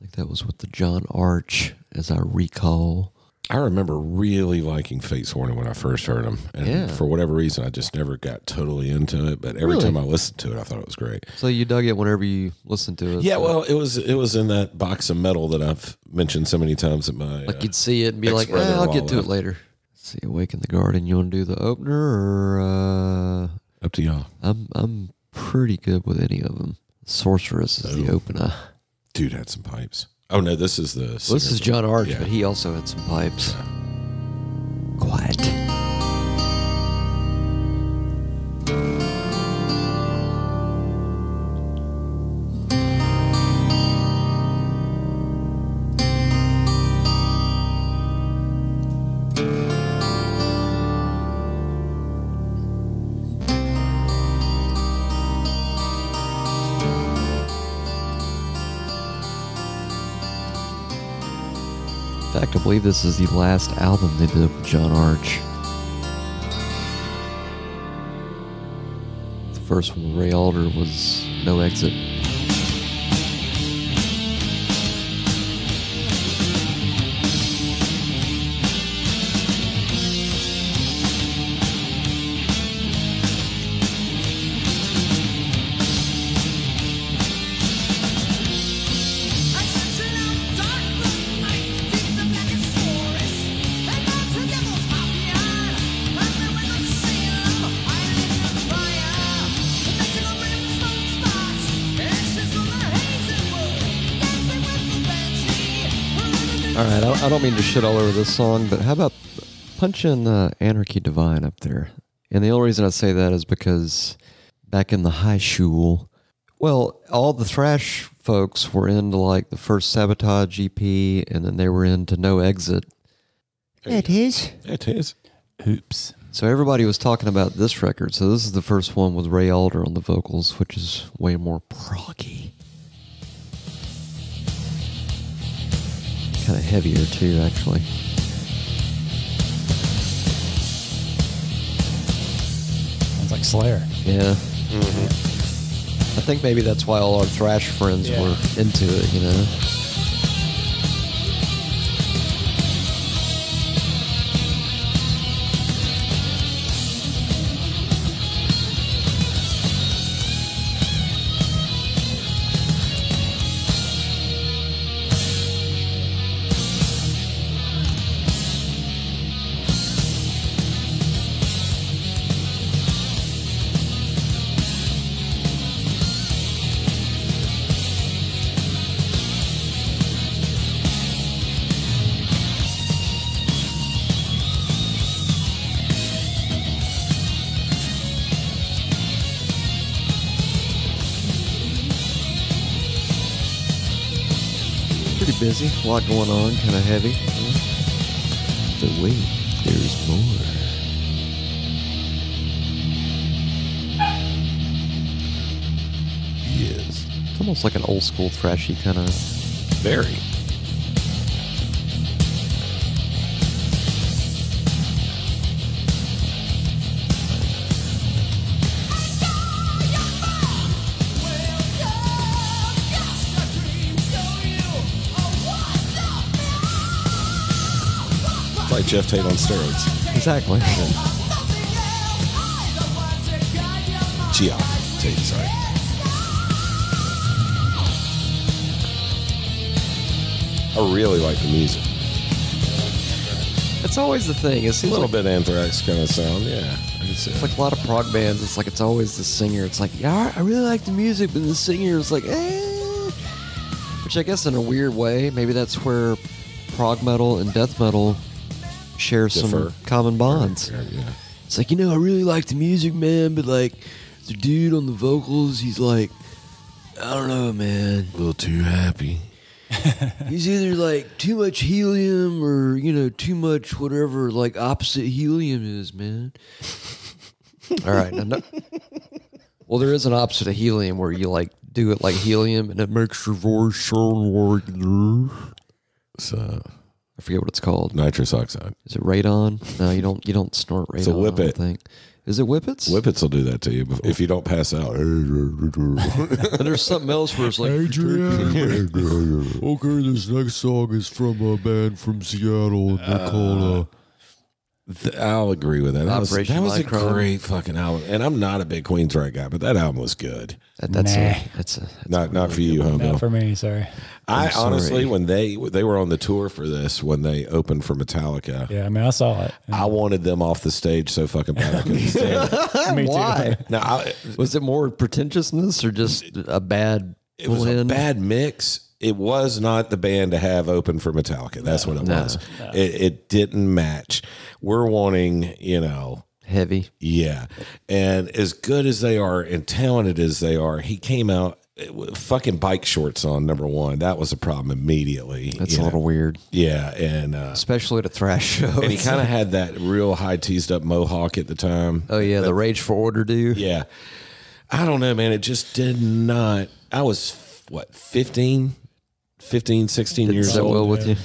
I think that was with the John Arch, as I recall.
I remember really liking Fates Warning when I first heard them, and
Yeah.
for whatever reason, I just never got totally into it. But every
Really?
time I listened to it, I thought it was great.
So you dug it whenever you listened to it.
Yeah, well, it was it was in that box of metal that I've mentioned so many times at my uh,
like you'd see it and be like, eh, I'll get to it later. Let's see, Awaken the Garden. You want to do the opener or uh,
up to y'all?
I'm I'm pretty good with any of them. Sorceress is the opener.
Dude had some pipes. Oh no, this is the
Well, this
singer
is
from-
John Arch,
yeah.
but he also had some pipes. Quiet. In fact, I believe this is the last album they did with John Arch. The first one with Ray Alder was No Exit. All right, I, I don't mean to shit all over this song, but how about punching uh, Anarchy Divine up there? And the only reason I say that is because back in the high school, well, all the thrash folks were into like the first Sabotage EP, and then they were into No Exit.
It
is.
It is.
Oops.
So everybody was talking about this record. So this is the first one with Ray Alder on the vocals, which is way more proggy. Kind of heavier too, actually.
Sounds like Slayer.
Yeah. I think maybe that's why all our thrash friends
Yeah.
were into it, you know. Pretty busy, a lot going on, kind of heavy. But wait, there's more.
Yes,
It's almost like an old school thrashy kind of.
very. It's like Jeff Tate on steroids.
Exactly.
Geoff Tate, sorry. I really like the music.
It's always the thing. It
A
seems
little
like,
bit Anthrax kind of sound, yeah. I can see it.
it's like a lot of prog bands. It's like it's always the singer. It's like yeah, I really like the music, but the singer is like eh. Which I guess in a weird way, maybe that's where prog metal and death metal share
Differ.
some common bonds.
Yeah.
It's like, you know, I really like the music, man, but like the dude on the vocals, he's like, I don't know, man.
A little too happy.
*laughs* He's either like too much helium or, you know, too much whatever like opposite helium is, man. *laughs* All right. now no- *laughs* well, there is an opposite of helium where you like do it like helium and it makes your voice sound like. I
So
forget what it's called.
nitrous oxide.
Is it radon? No, you don't. You don't snort radon.
So whip
I don't
it.
think. Is it whippets?
Whippets will do that to you if you don't pass
*laughs*
out.
and there's something else where it's like *laughs*
*laughs* okay, this next song is from a band from Seattle. They're called.
Th- I'll agree with that. That was,
Operation
that was a
Micro.
great fucking album, and I'm not a big Queensrÿche guy, but that album was good.
that's
Nah.
a that's a that's
not not for you,
Not
homo.
for me, sorry.
I
sorry.
honestly, when they they were on the tour for this, when they opened for Metallica,
Yeah, I mean, I saw it.
I wanted them off the stage so fucking bad. I
*laughs*
couldn't stand it.
*laughs* Me
why
Now, I,
was it more pretentiousness or just a bad
it was a
blend?
bad mix. It was not the band to have open for Metallica. That's what it
No,
was. It, it didn't match. We're wanting, you know,
heavy
yeah. And as good as they are and talented as they are, he came out with fucking bike shorts on number one. That was a problem immediately.
that's
you
a
know?
little weird
Yeah, and uh,
especially at a thrash *laughs* show
and he kind of had that real high teased up mohawk at the time.
oh yeah the rage for order dude
Yeah. I don't know, man. It just did not. I was, what, 15, 15, 16
didn't
years
sit well
old?
with you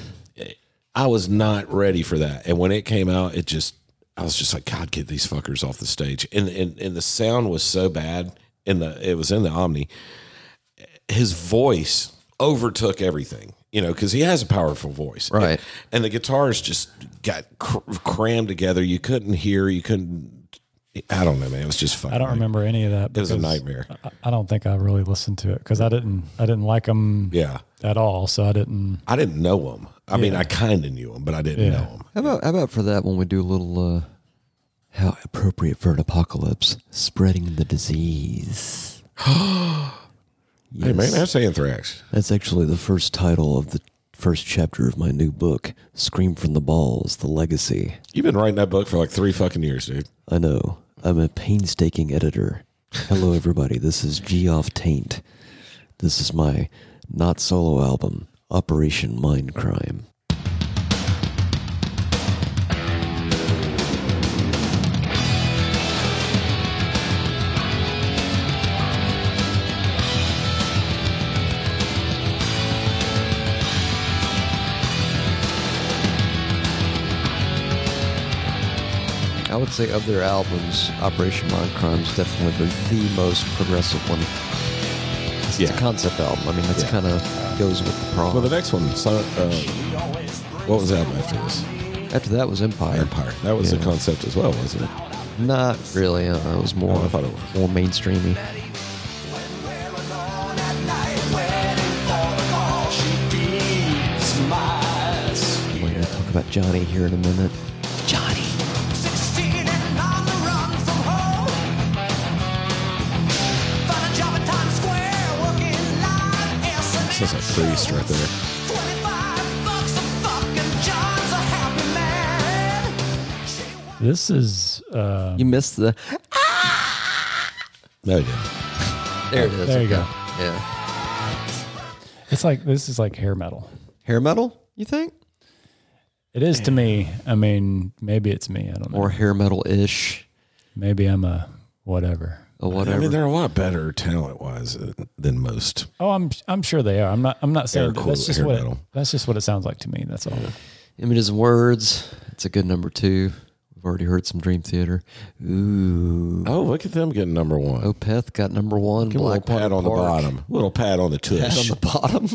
I was not ready for that. And when it came out, it just, I was just like, God, get these fuckers off the stage. And, and, and the sound was so bad. In the, it was in the Omni. His voice overtook everything, you know, because he has a powerful voice.
Right.
And the guitars just got cr- crammed together. You couldn't hear, you couldn't, I don't know, man. It was just fucking.
I don't
like-
remember any of that.
It was a
because
nightmare.
I, I don't think I really listened to it because I didn't. I didn't like them
Yeah.
at all. So I didn't.
I didn't know him. I mean, I kind of knew him, but I didn't
Yeah.
know him.
how about how about for that when we do a little uh how appropriate for an apocalypse spreading the disease yes.
Hey, man, that's anthrax.
That's actually the first title of the first chapter of my new book, Scream from the Balls, The Legacy.
You've been writing that book for like three fucking years, dude.
I know, I'm a painstaking editor. Hello, everybody. This is G Off Taint. This is my not solo album, Operation Mind Crime. I would say of their albums, Operation Mind Crime is definitely the, the most progressive one. It's
Yeah.
a concept album. I mean, that's
Yeah.
kind of goes with the prong.
Well, the next one, so, uh, what was that after this?
After that was Empire.
Empire. That was
Yeah.
the concept as well, wasn't it?
Not really. Uh, it was more.
No, I thought it was.
more mainstreamy. We're gonna talk about Johnny here in a minute. Johnny.
This is a priest right there.
This is. Uh,
You missed the.
No, you didn't.
There it is.
There you go.
Yeah.
it's like this is like hair metal.
Hair metal? You think?
It is to me. I mean, maybe it's me. I don't know.
Or hair metal ish,
Maybe I'm a whatever.
or
I
whatever.
mean, they're a lot better talent wise than most.
Oh, I'm I'm sure they are. I'm not. I'm not saying
Air
that.
cool-
that's just
hair
what it,
metal.
that's just what it sounds like to me. That's all.
Images and words. It's a good number two. We've already heard some Dream Theater. Ooh.
Oh, look at them getting number one.
Opeth got number one.
Give 'em a little
Black
pat on the bottom. Little pat on the *laughs*
Pat on
tush.
the bottom.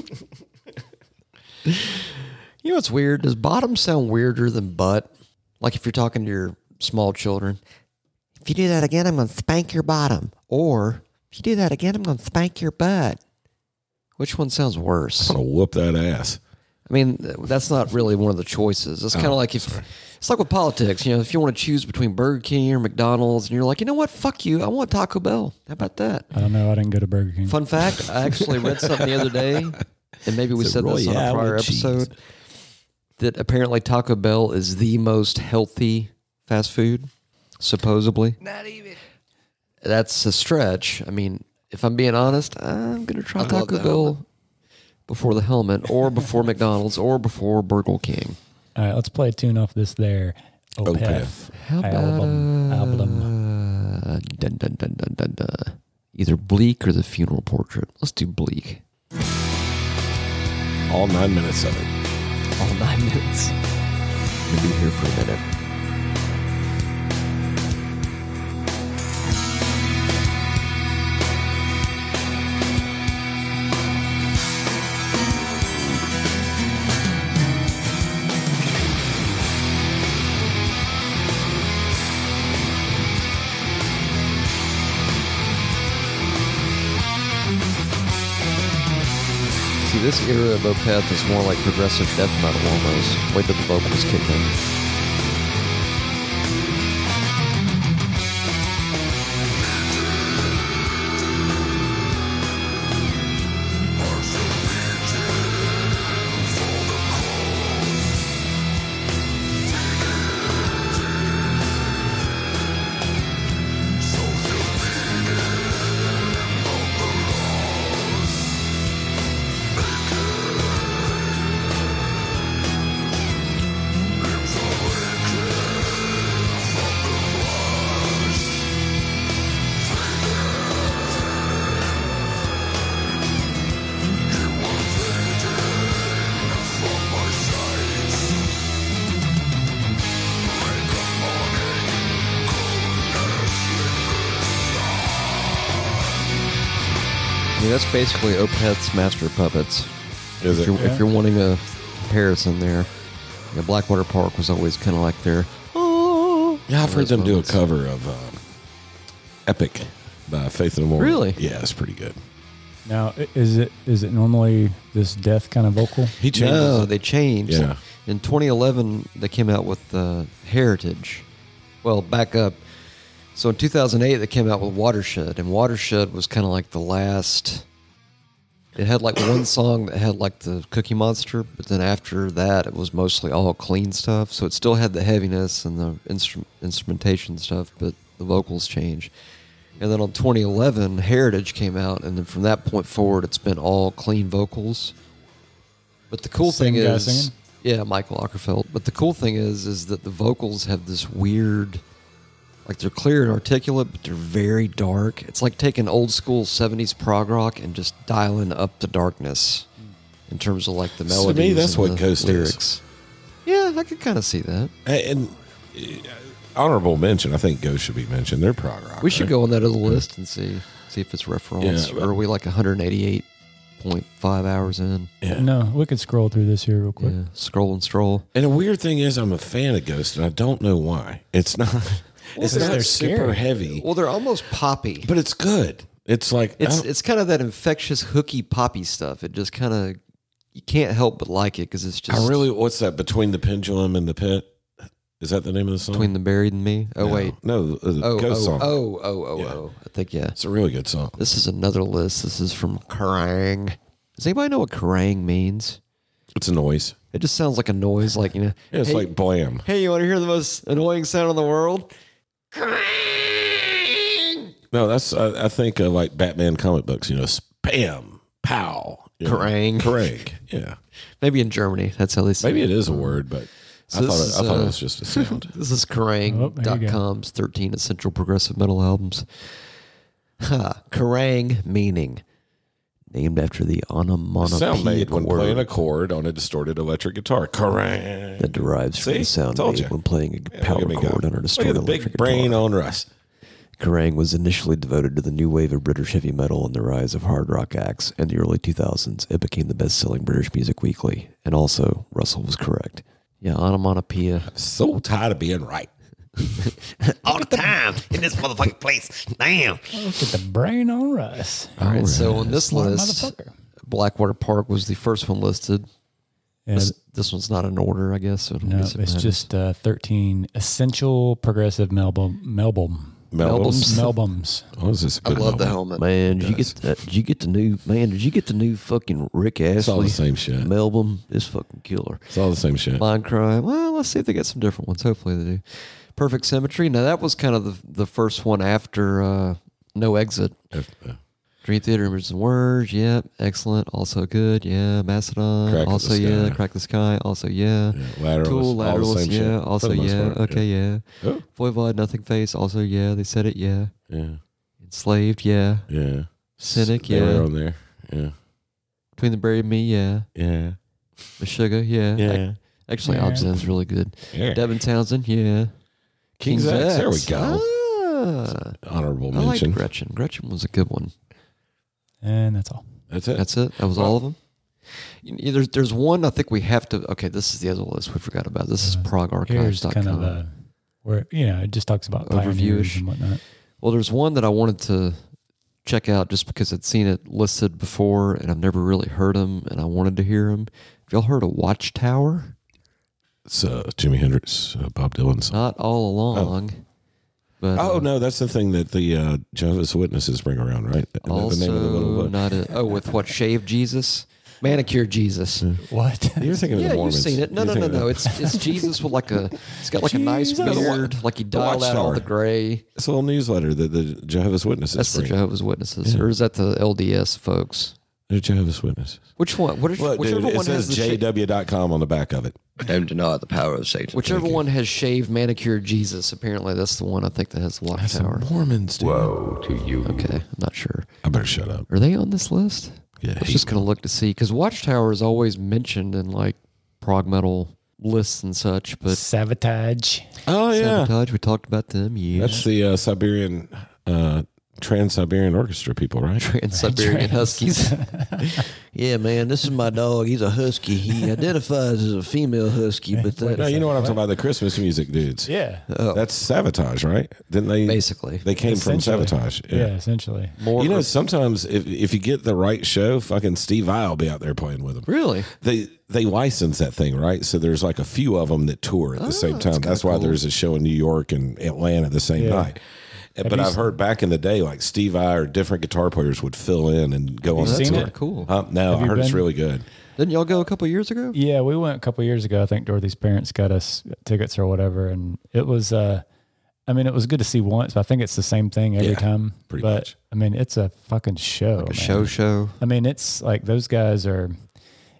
you know what's weird? Does bottom sound weirder than butt? Like if you're talking to your small children,
If you do that again, I'm going to spank your bottom.
or
If you do that again, I'm going to spank your butt.
which one sounds worse?
I'm gonna whoop that ass.
I mean, th- that's not really one of the choices. It's kind of like if it's like with politics. You know, if you want to choose between Burger King or McDonald's, and you're like, you know what, fuck you, I want Taco Bell. How about that?
I don't know. I didn't go to Burger King.
Fun fact: I actually read something the other day, and maybe we
It's a
said this on a
Royale
prior
with cheese.
episode that apparently Taco Bell is the most healthy fast food, supposedly. Not even. That's a stretch. I mean, if I'm being honest, I'm gonna try Taco Bell before the helmet, or before McDonald's, or before Burger King.
All right, let's play a tune off this there. Opeth.
Opeth.
How about
Album.
uh,
Album.
dun, dun, dun, dun, dun, dun. Either Bleak or the Funeral Portrait. Let's do Bleak.
All nine minutes of it.
All nine minutes. We'll be here for a minute. this era of Opeth is more like progressive death metal almost. The way that the vocals kick in. I mean, that's basically Opeth's Master of Puppets.
Is it?
if, You're, if
Yeah.
you're wanting a comparison there, yeah, Blackwater Park was always kind of like their. Oh,
Yeah, I've heard them do a cover of um, "Epic" by Faith No More.
Really?
Yeah, it's pretty good.
Now, i- is it is it normally this death kind of vocal?
He changes
No,
it.
they changed.
Yeah.
In 2011, they came out with uh, Heritage. Well, back up. So in 2008, they came out with Watershed, and Watershed was kind of like the last. It had like one song that had like the Cookie Monster, but then after that, it was mostly all clean stuff. So it still had the heaviness and the instru- instrumentation stuff, but the vocals changed. And then on 2011, Heritage came out, and then from that point forward, it's been all clean vocals. But the cool
Same
thing
guy
is,
singing?
yeah, Michael Ockerfeld. But the cool thing is, is that the vocals have this weird, like they're clear and articulate, but they're very dark. It's like taking old school '70s prog rock and just dialing up the darkness in terms of like the
So to
melodies.
me, that's
and
what
the
Ghost lyrics.
lyrics. Yeah, I could kind of see that.
is. And, and, uh, honorable mention, I think Ghost should be mentioned. They're prog rock.
We should
right?
go on that other list and see see if it's reference.
Yeah, but-
or are we like 188.5 hours in?
Yeah.
No, we could scroll through this here real quick.
yeah. Scroll and stroll.
And a weird thing is, I'm a fan of Ghost, and I don't know why. It's not. it's
they're-
not
they're
super
scary.
heavy,
Well, they're almost poppy.
but it's good. It's like I
It's
don't-
it's kind of that infectious hooky poppy stuff. It just kind of you can't help but like it because it's just
I really. What's that? Between the pendulum and the pit. Is that the name of the song?
between the buried and me. Oh
No.
wait,
no, uh, the, the
oh
Ghost
oh,
song.
oh oh oh
Yeah.
oh. I think yeah.
It's a really good song.
This is another list. This is from Kerrang. Does anybody know what Kerrang means?
It's a noise.
It just sounds like a noise, like
*laughs*
you know.
It's
hey,
like blam.
hey, you want to hear the most annoying sound in the world?
No, that's I, I think uh, like Batman comic books. You know, spam, pow, you know,
Kerrang.
kerrang. Yeah,
Maybe in Germany, that's how they say.
maybe it is a word, but
*laughs* So
I
this
thought it,
is,
I thought
uh,
it was just a sound.
*laughs* This is
Oh, there you go.
Kerrang.com's 13 essential progressive metal albums. Ha, Kerrang meaning named after the
sound made
onomatopoeic
when playing a
word
chord on a distorted electric guitar. Kerrang.
that derives from
See?
the sound
Told
made
you.
when playing a
Yeah,
power
look at me go.
chord on a
Look at
distorted
the
electric
big brain
guitar.
on Russ.
Kerrang was initially devoted to the new wave of British heavy metal and the rise of hard rock acts. In the early 2000s, it became the best-selling British music weekly. And also, Russell was correct. Yeah, onomatopoeia.
So tired of being right.
All the time in this motherfucking place. Damn.
Look at the brain on Russ.
Uh,
All right, so on this
Smart
list,
motherfucker.
Blackwater Park was the first one listed.
Yeah,
This, this one's not in order, I guess. So I don't
no,
guess it
it's
matters.
just uh, 13 essential progressive Melbourne. Melbourne.
Melbourne.
Melbourne.
Melbournes.
Oh, is this a
I
good
love the
album?
helmet.
Man, did you get that, did you get the new man? Did you get the new fucking Rick Ashley?
It's all the same shit.
Melbourne is fucking killer.
It's all the same shit.
Mind crime. Well, let's see if they get some different ones. Hopefully they do. Perfect symmetry. Now that was kind of the the first one after uh, no exit.
uh,
Dream Theater, Images and Words. Yep, excellent. Also good. Yeah, Mastodon.
Crack of the
also yeah,
Sky.
crack the sky. Also yeah.
Lateralus,
Tool,
all the
laterals.
same
Yeah.
shit. For
Also
the most
yeah.
part,
okay yeah.
Oh,
Voivod, nothing face. Also yeah. They said it. Yeah.
yeah,
Enslaved. Yeah.
yeah.
Cynic,
They were
yeah.
on there. Yeah,
Between the buried and me. Yeah.
yeah,
Meshuggah. Yeah. Ac- Actually,
Yeah.
Obzin's really good.
yeah.
Devin Townsend. Yeah.
King's, X. There we
X.
go.
Ah.
Honorable
I like
mention.
Gretchen. Gretchen was a good one.
And that's all.
That's it.
That's it. That was all of them. You- you- There's, there's one I think we have to. Okay, this is the other list we forgot about. This is
Here's kind of
progarchives.com.
a, where, you know, it just talks about
Overview-ish.
pioneers and whatnot.
well, there's one that I wanted to check out just because I'd seen it listed before and I've never really heard them and I wanted to hear them. Have y'all heard of Watchtower?
It's uh, Jimi Hendrix, uh, Bob Dylan song.
Not all along. But,
oh no, that's the thing that the uh, Jehovah's Witnesses bring around, right? Isn't that
Also,
the name of the little uh, book?
not a, oh, with what shave Jesus, manicure Jesus.
What?
You're thinking of
yeah,
the
you've
Mormons.
seen it. No,
You're
no, no,
thinking
no.
of-
It's it's Jesus with like a. It's got like a nice
Jesus.
beard, like he
The
dialed out all
Watchtower.
the gray.
It's a little newsletter that the Jehovah's Witnesses.
That's the
bring.
Jehovah's Witnesses,
Yeah.
or is that the LDS folks?
They're Jehovah's Witnesses.
Which one? What is,
Look,
whichever
dude, it
one
says
has the sha-
jw.com on the back of it.
Don't deny the power of Satan.
Whichever one has shaved manicure Jesus, apparently that's the one I think that has the watchtower.
Mormons, dude.
Woe to you.
Okay, I'm not sure.
I better shut up.
Are they on this list?
Yeah,
I was just gonna look to see because watchtower is always mentioned in like prog metal lists and such. *laughs* But
sabotage.
Oh yeah,
sabotage. We talked about them. Yeah, *laughs*
that's the uh, Siberian uh, Trans Siberian Orchestra people, right?
Trans Siberian Huskies.
*laughs*
Yeah, man, this is my dog. He's a husky.
*laughs*
He identifies as a female husky, but that,
No, you know what I'm talking about—the Christmas music dudes.
Yeah.
that's sabotage, right? Didn't they?
Oh. Basically.
they came from
Essentially.
sabotage.
Yeah, essentially.
you know, sometimes if, if you get the right show, fucking Steve Vai will be out there playing with them.
Really?
They they license that thing, right? So there's like a few of them that tour at the
Oh,
same time. That's, why there's a show in New York and Atlanta the same
Yeah.
night.
Have
but
you
I've
s-
heard back in the day, like Steve Vai or different guitar players would fill in and go on
Have you
the
seen
tour.
it? Cool.
Uh, no,
Have
I
you
heard it's
been?
really good.
Didn't y'all go a couple years ago?
Yeah, we went a couple years ago. I think Dorothy's parents got us tickets or whatever, and it was. uh I mean, it was good to see once, but I think it's the same thing every
Yeah,
time.
pretty
but,
much.
I mean, it's a fucking show.
Like a
man.
show show.
I mean, it's like those guys are.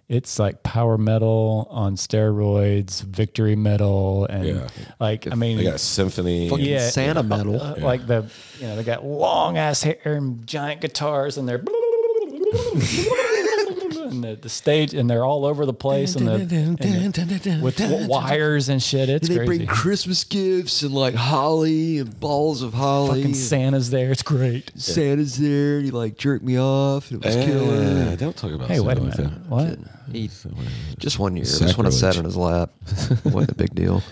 It's like power metal on steroids, victory metal, and
Yeah.
like I mean,
They got a symphony.
Fucking
Yeah.
Santa metal.
uh, like the you know they got long ass hair and giant guitars and they're *laughs* and the, the stage and they're all over the place and, the, and the- with w- wires and shit. It's
they
crazy.
bring Christmas gifts and like holly and balls of holly.
Fucking
and
Santa's there. It's great.
Santa's there. And he like jerked me off. And it was
Yeah,
killer.
don't talk about
Hey,
Santa
wait a
like
minute.
that.
What?
He, just one year. Just when I sat
Sacrilege.
on his lap.
*laughs*
Wasn't a big
*laughs*
deal.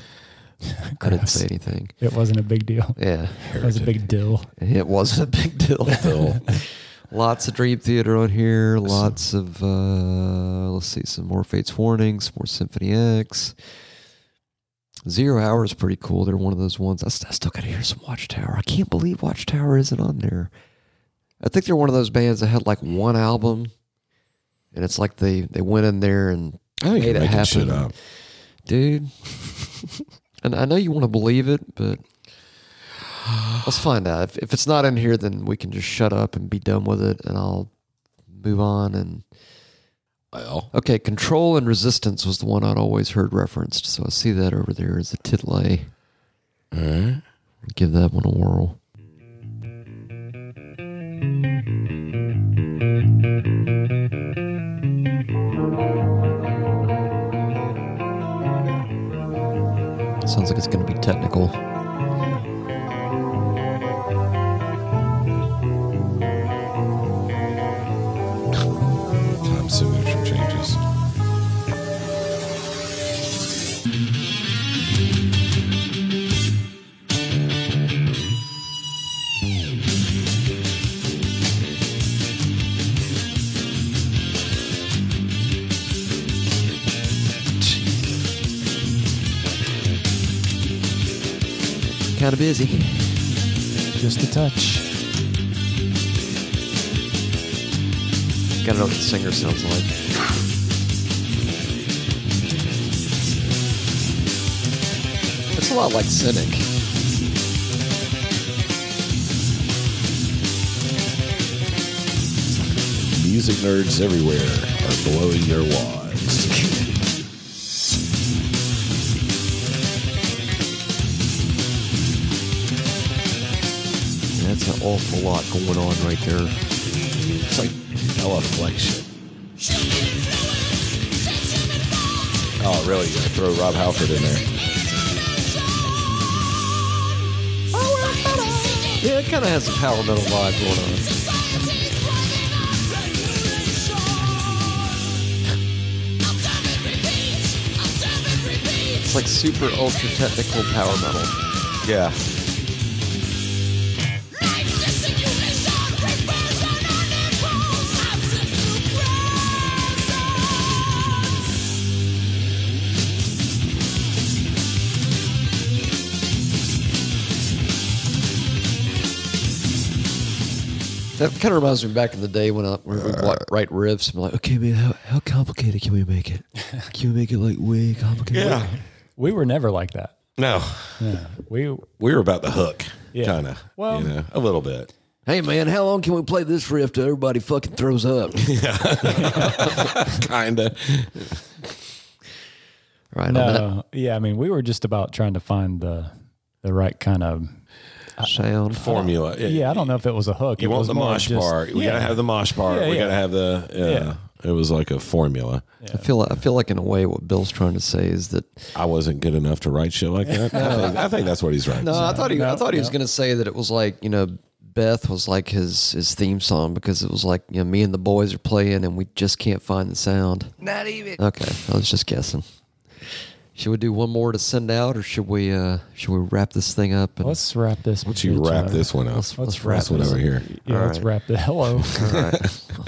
*laughs* I didn't say anything.
It wasn't a big deal.
Yeah.
It was a big deal.
It wasn't a big deal. *laughs* lots of Dream Theater on here. Lots of uh, let's see, some more Fates Warnings, more Symphony X. Zero Hour is pretty cool. They're one of those ones. I, st- I still got to hear some Watchtower. I can't believe Watchtower isn't on there. I think they're one of those bands that had like one album, and it's like they they went in there and
I think
made
you're
it
making shit
happen,
up.
dude. and I know you want to believe it, but let's find out. If, if it's not in here, then we can just shut up and be done with it, and I'll move on. And
Well,
okay, Control and Resistance was the one I'd always heard referenced, so I see that over there as a titlay. Give that one a whirl. Sounds like it's going to be technical.
time signature changes.
Kind of busy.
Just a touch.
Gotta know what the singer sounds like. It's a lot like Cynic.
Music nerds everywhere are blowing their wads.
That's an awful lot going on right there.
It's like hella flex shit. Oh, really? You're gonna throw Rob Halford in there?
Yeah, it kind of has a power metal vibe going on. It's like super ultra technical power metal.
Yeah.
That kind of reminds me back in the day when I when we bought right riffs. I'm like, okay, man, how, how complicated can we make it? Can we make it like way complicated?
Yeah.
We were never like that.
No.
Yeah. We
we were about the hook,
Yeah.
kind of.
Well-
you know, a little bit.
Hey man, how long can we play this riff till everybody fucking throws up?
*laughs*
kinda.
Right. on that.
No, yeah, I mean, we were just about trying to find the the right kind of
sound
Formula.
Yeah, I don't know if it was a hook.
You
it
want
was
the
more
mosh
just-
part. We got to
yeah.
have the mosh part.
Yeah,
we
yeah.
got to have the. Yeah. It was like a formula.
I feel like, I feel like in a way what Bill's trying to say is that
I wasn't good enough to write shit like
*laughs*
that. I, think, I think that's what he's writing.
No, I thought he. I thought he was going to say that it was like you know, Beth was like his his theme song because it was like you know, me and the boys are playing and we just can't find the sound.
Not even.
Okay, I was just guessing. Should we do one more to send out, or should we? uh Should we wrap this thing up? And
Let's wrap this.
Why don't you
bitch
wrap
up.
this one up?
Let's- let's
wrap this one
this
over
up.
here.
Yeah, let's
Alright.
wrap the
*laughs*
hello.
*laughs*
All right,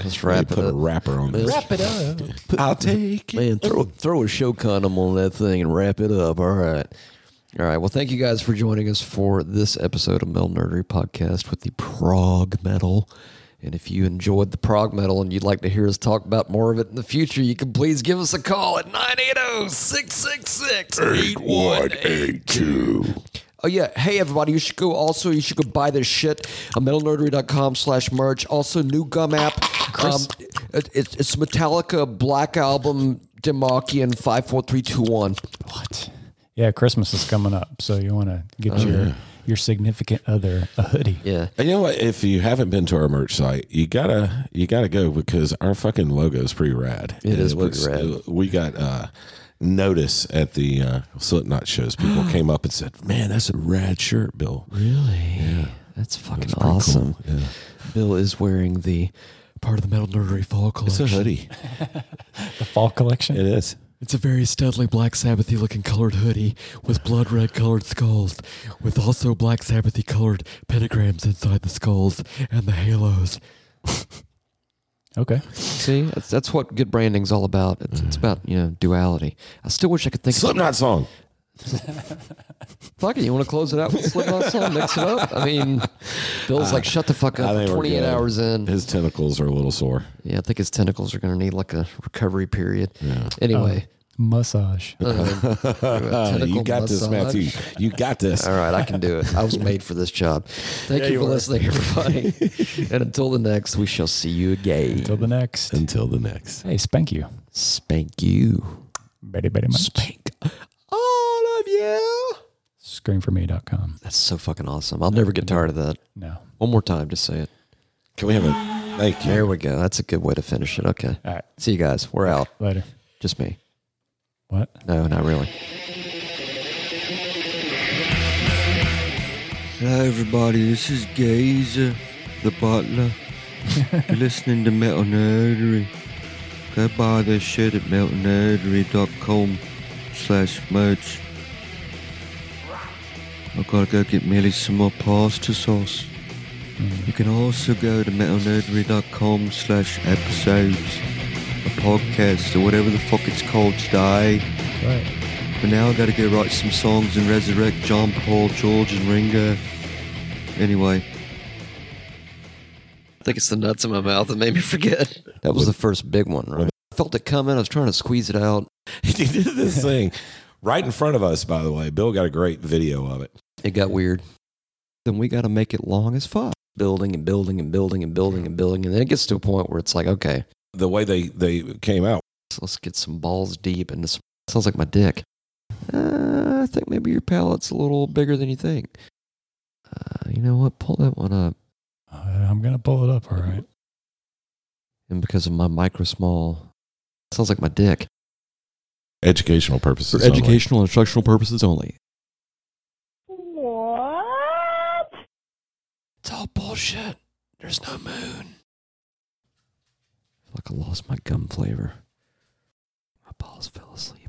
let's wrap it
Put a
up.
wrapper on this.
wrap it up.
I'll take it.
*laughs* Man, throw throw a show condom on that thing and wrap it up. All right. All right. Well, thank you guys for joining us for this episode of Metal Nerdery Podcast with the prog metal. And if you enjoyed the prog metal and you'd like to hear us talk about more of it in the future, you can please give us a call at oh, 980 666 8182. Oh yeah. Hey everybody, you should go also you should go buy this shit on metalnerdery.com slash merch. Also new gum app. Um, it, it's it's Metallica Black Album Demarchian five four three two one.
What? Yeah, Christmas is coming up, so you want to get
Oh,
your your significant other a hoodie.
Yeah.
And you know what? If you haven't been to our merch site, you gotta you gotta go because our fucking logo is pretty rad.
It is pretty
looks-
rad.
it- we got uh, notice at the uh, Slipknot shows. People
*gasps*
came up and said, "Man, that's a rad shirt, Bill."
Really? That's fucking
pretty cool.
awesome.
Yeah.
Bill is wearing the part of the Metal Nerdery Fall
It's
collection.
a hoodie.
The fall collection.
It is.
It's a very studly Black Sabbathy looking colored hoodie with blood red colored skulls, with also Black Sabbathy colored pentagrams inside the skulls and the halos.
Okay.
See, that's, that's what good branding's all about. It's, it's about you know duality. I still wish I could think.
Slipknot
*laughs*
song.
Fuck it, you want to close it out with Slipknot song? Mix it up. I *laughs* mean, Bill's like, shut the fuck up.
I
Uh, We're
think we're
28
good.
hours in.
His tentacles are a little
*laughs*
sore.
Yeah, I think his tentacles are gonna need like a recovery period. Anyway,
Massage.
um,
*laughs* you
tentacle
got this,
massage.
Matthew. You got this.
All right, I can do it. *laughs* I was made for this job. Thank you,
you
for
were.
listening, everybody. *laughs* and until the next, we shall see you again.
Till the next.
Until the next.
Hey, spank you.
Spank you.
Very, very much.
Spank all of you.
Screamforme.com.
That's so fucking awesome. I'll never get tired of that.
No.
One more time, just say it.
Can we have a thank you? *laughs*
There we go. That's a good way to finish it. Okay.
All right.
See you guys. We're out.
Later.
Just me.
What?
No, not really.
Hello, everybody. This is Gazer, the
*laughs*
butler. You're listening to Metal Nerdery. Go buy this shit at metalnerdery.com slash merch. I've got to go get Millie some more pasta sauce. You can also go to metalnerdery.com slash episodes, a podcast, or whatever the fuck it's called today.
Right.
But now I gotta go write some songs and resurrect John Paul, George, and Ringo. Anyway.
I think it's the nuts in my mouth that made me forget. That was the first big one, right? I felt it coming. I was trying to squeeze it out.
he did this thing right in front of us. By the way, Bill got a great video of it.
It got weird. Then we got to make it long as fuck. Building and building and building and building and building. And then it gets to a point where it's like, okay,
The way they they came out.
so let's get some balls deep. And this sounds like my dick. Uh, I think maybe your palate's a little bigger than you think. Uh, you know what? Pull that one up.
Uh, I'm going to pull it up. All right.
And because of my micro small, sounds like my dick.
Educational purposes.
For educational and instructional purposes only.
What?
It's all bullshit. There's no moon. Like I lost my gum flavor. My balls fell asleep.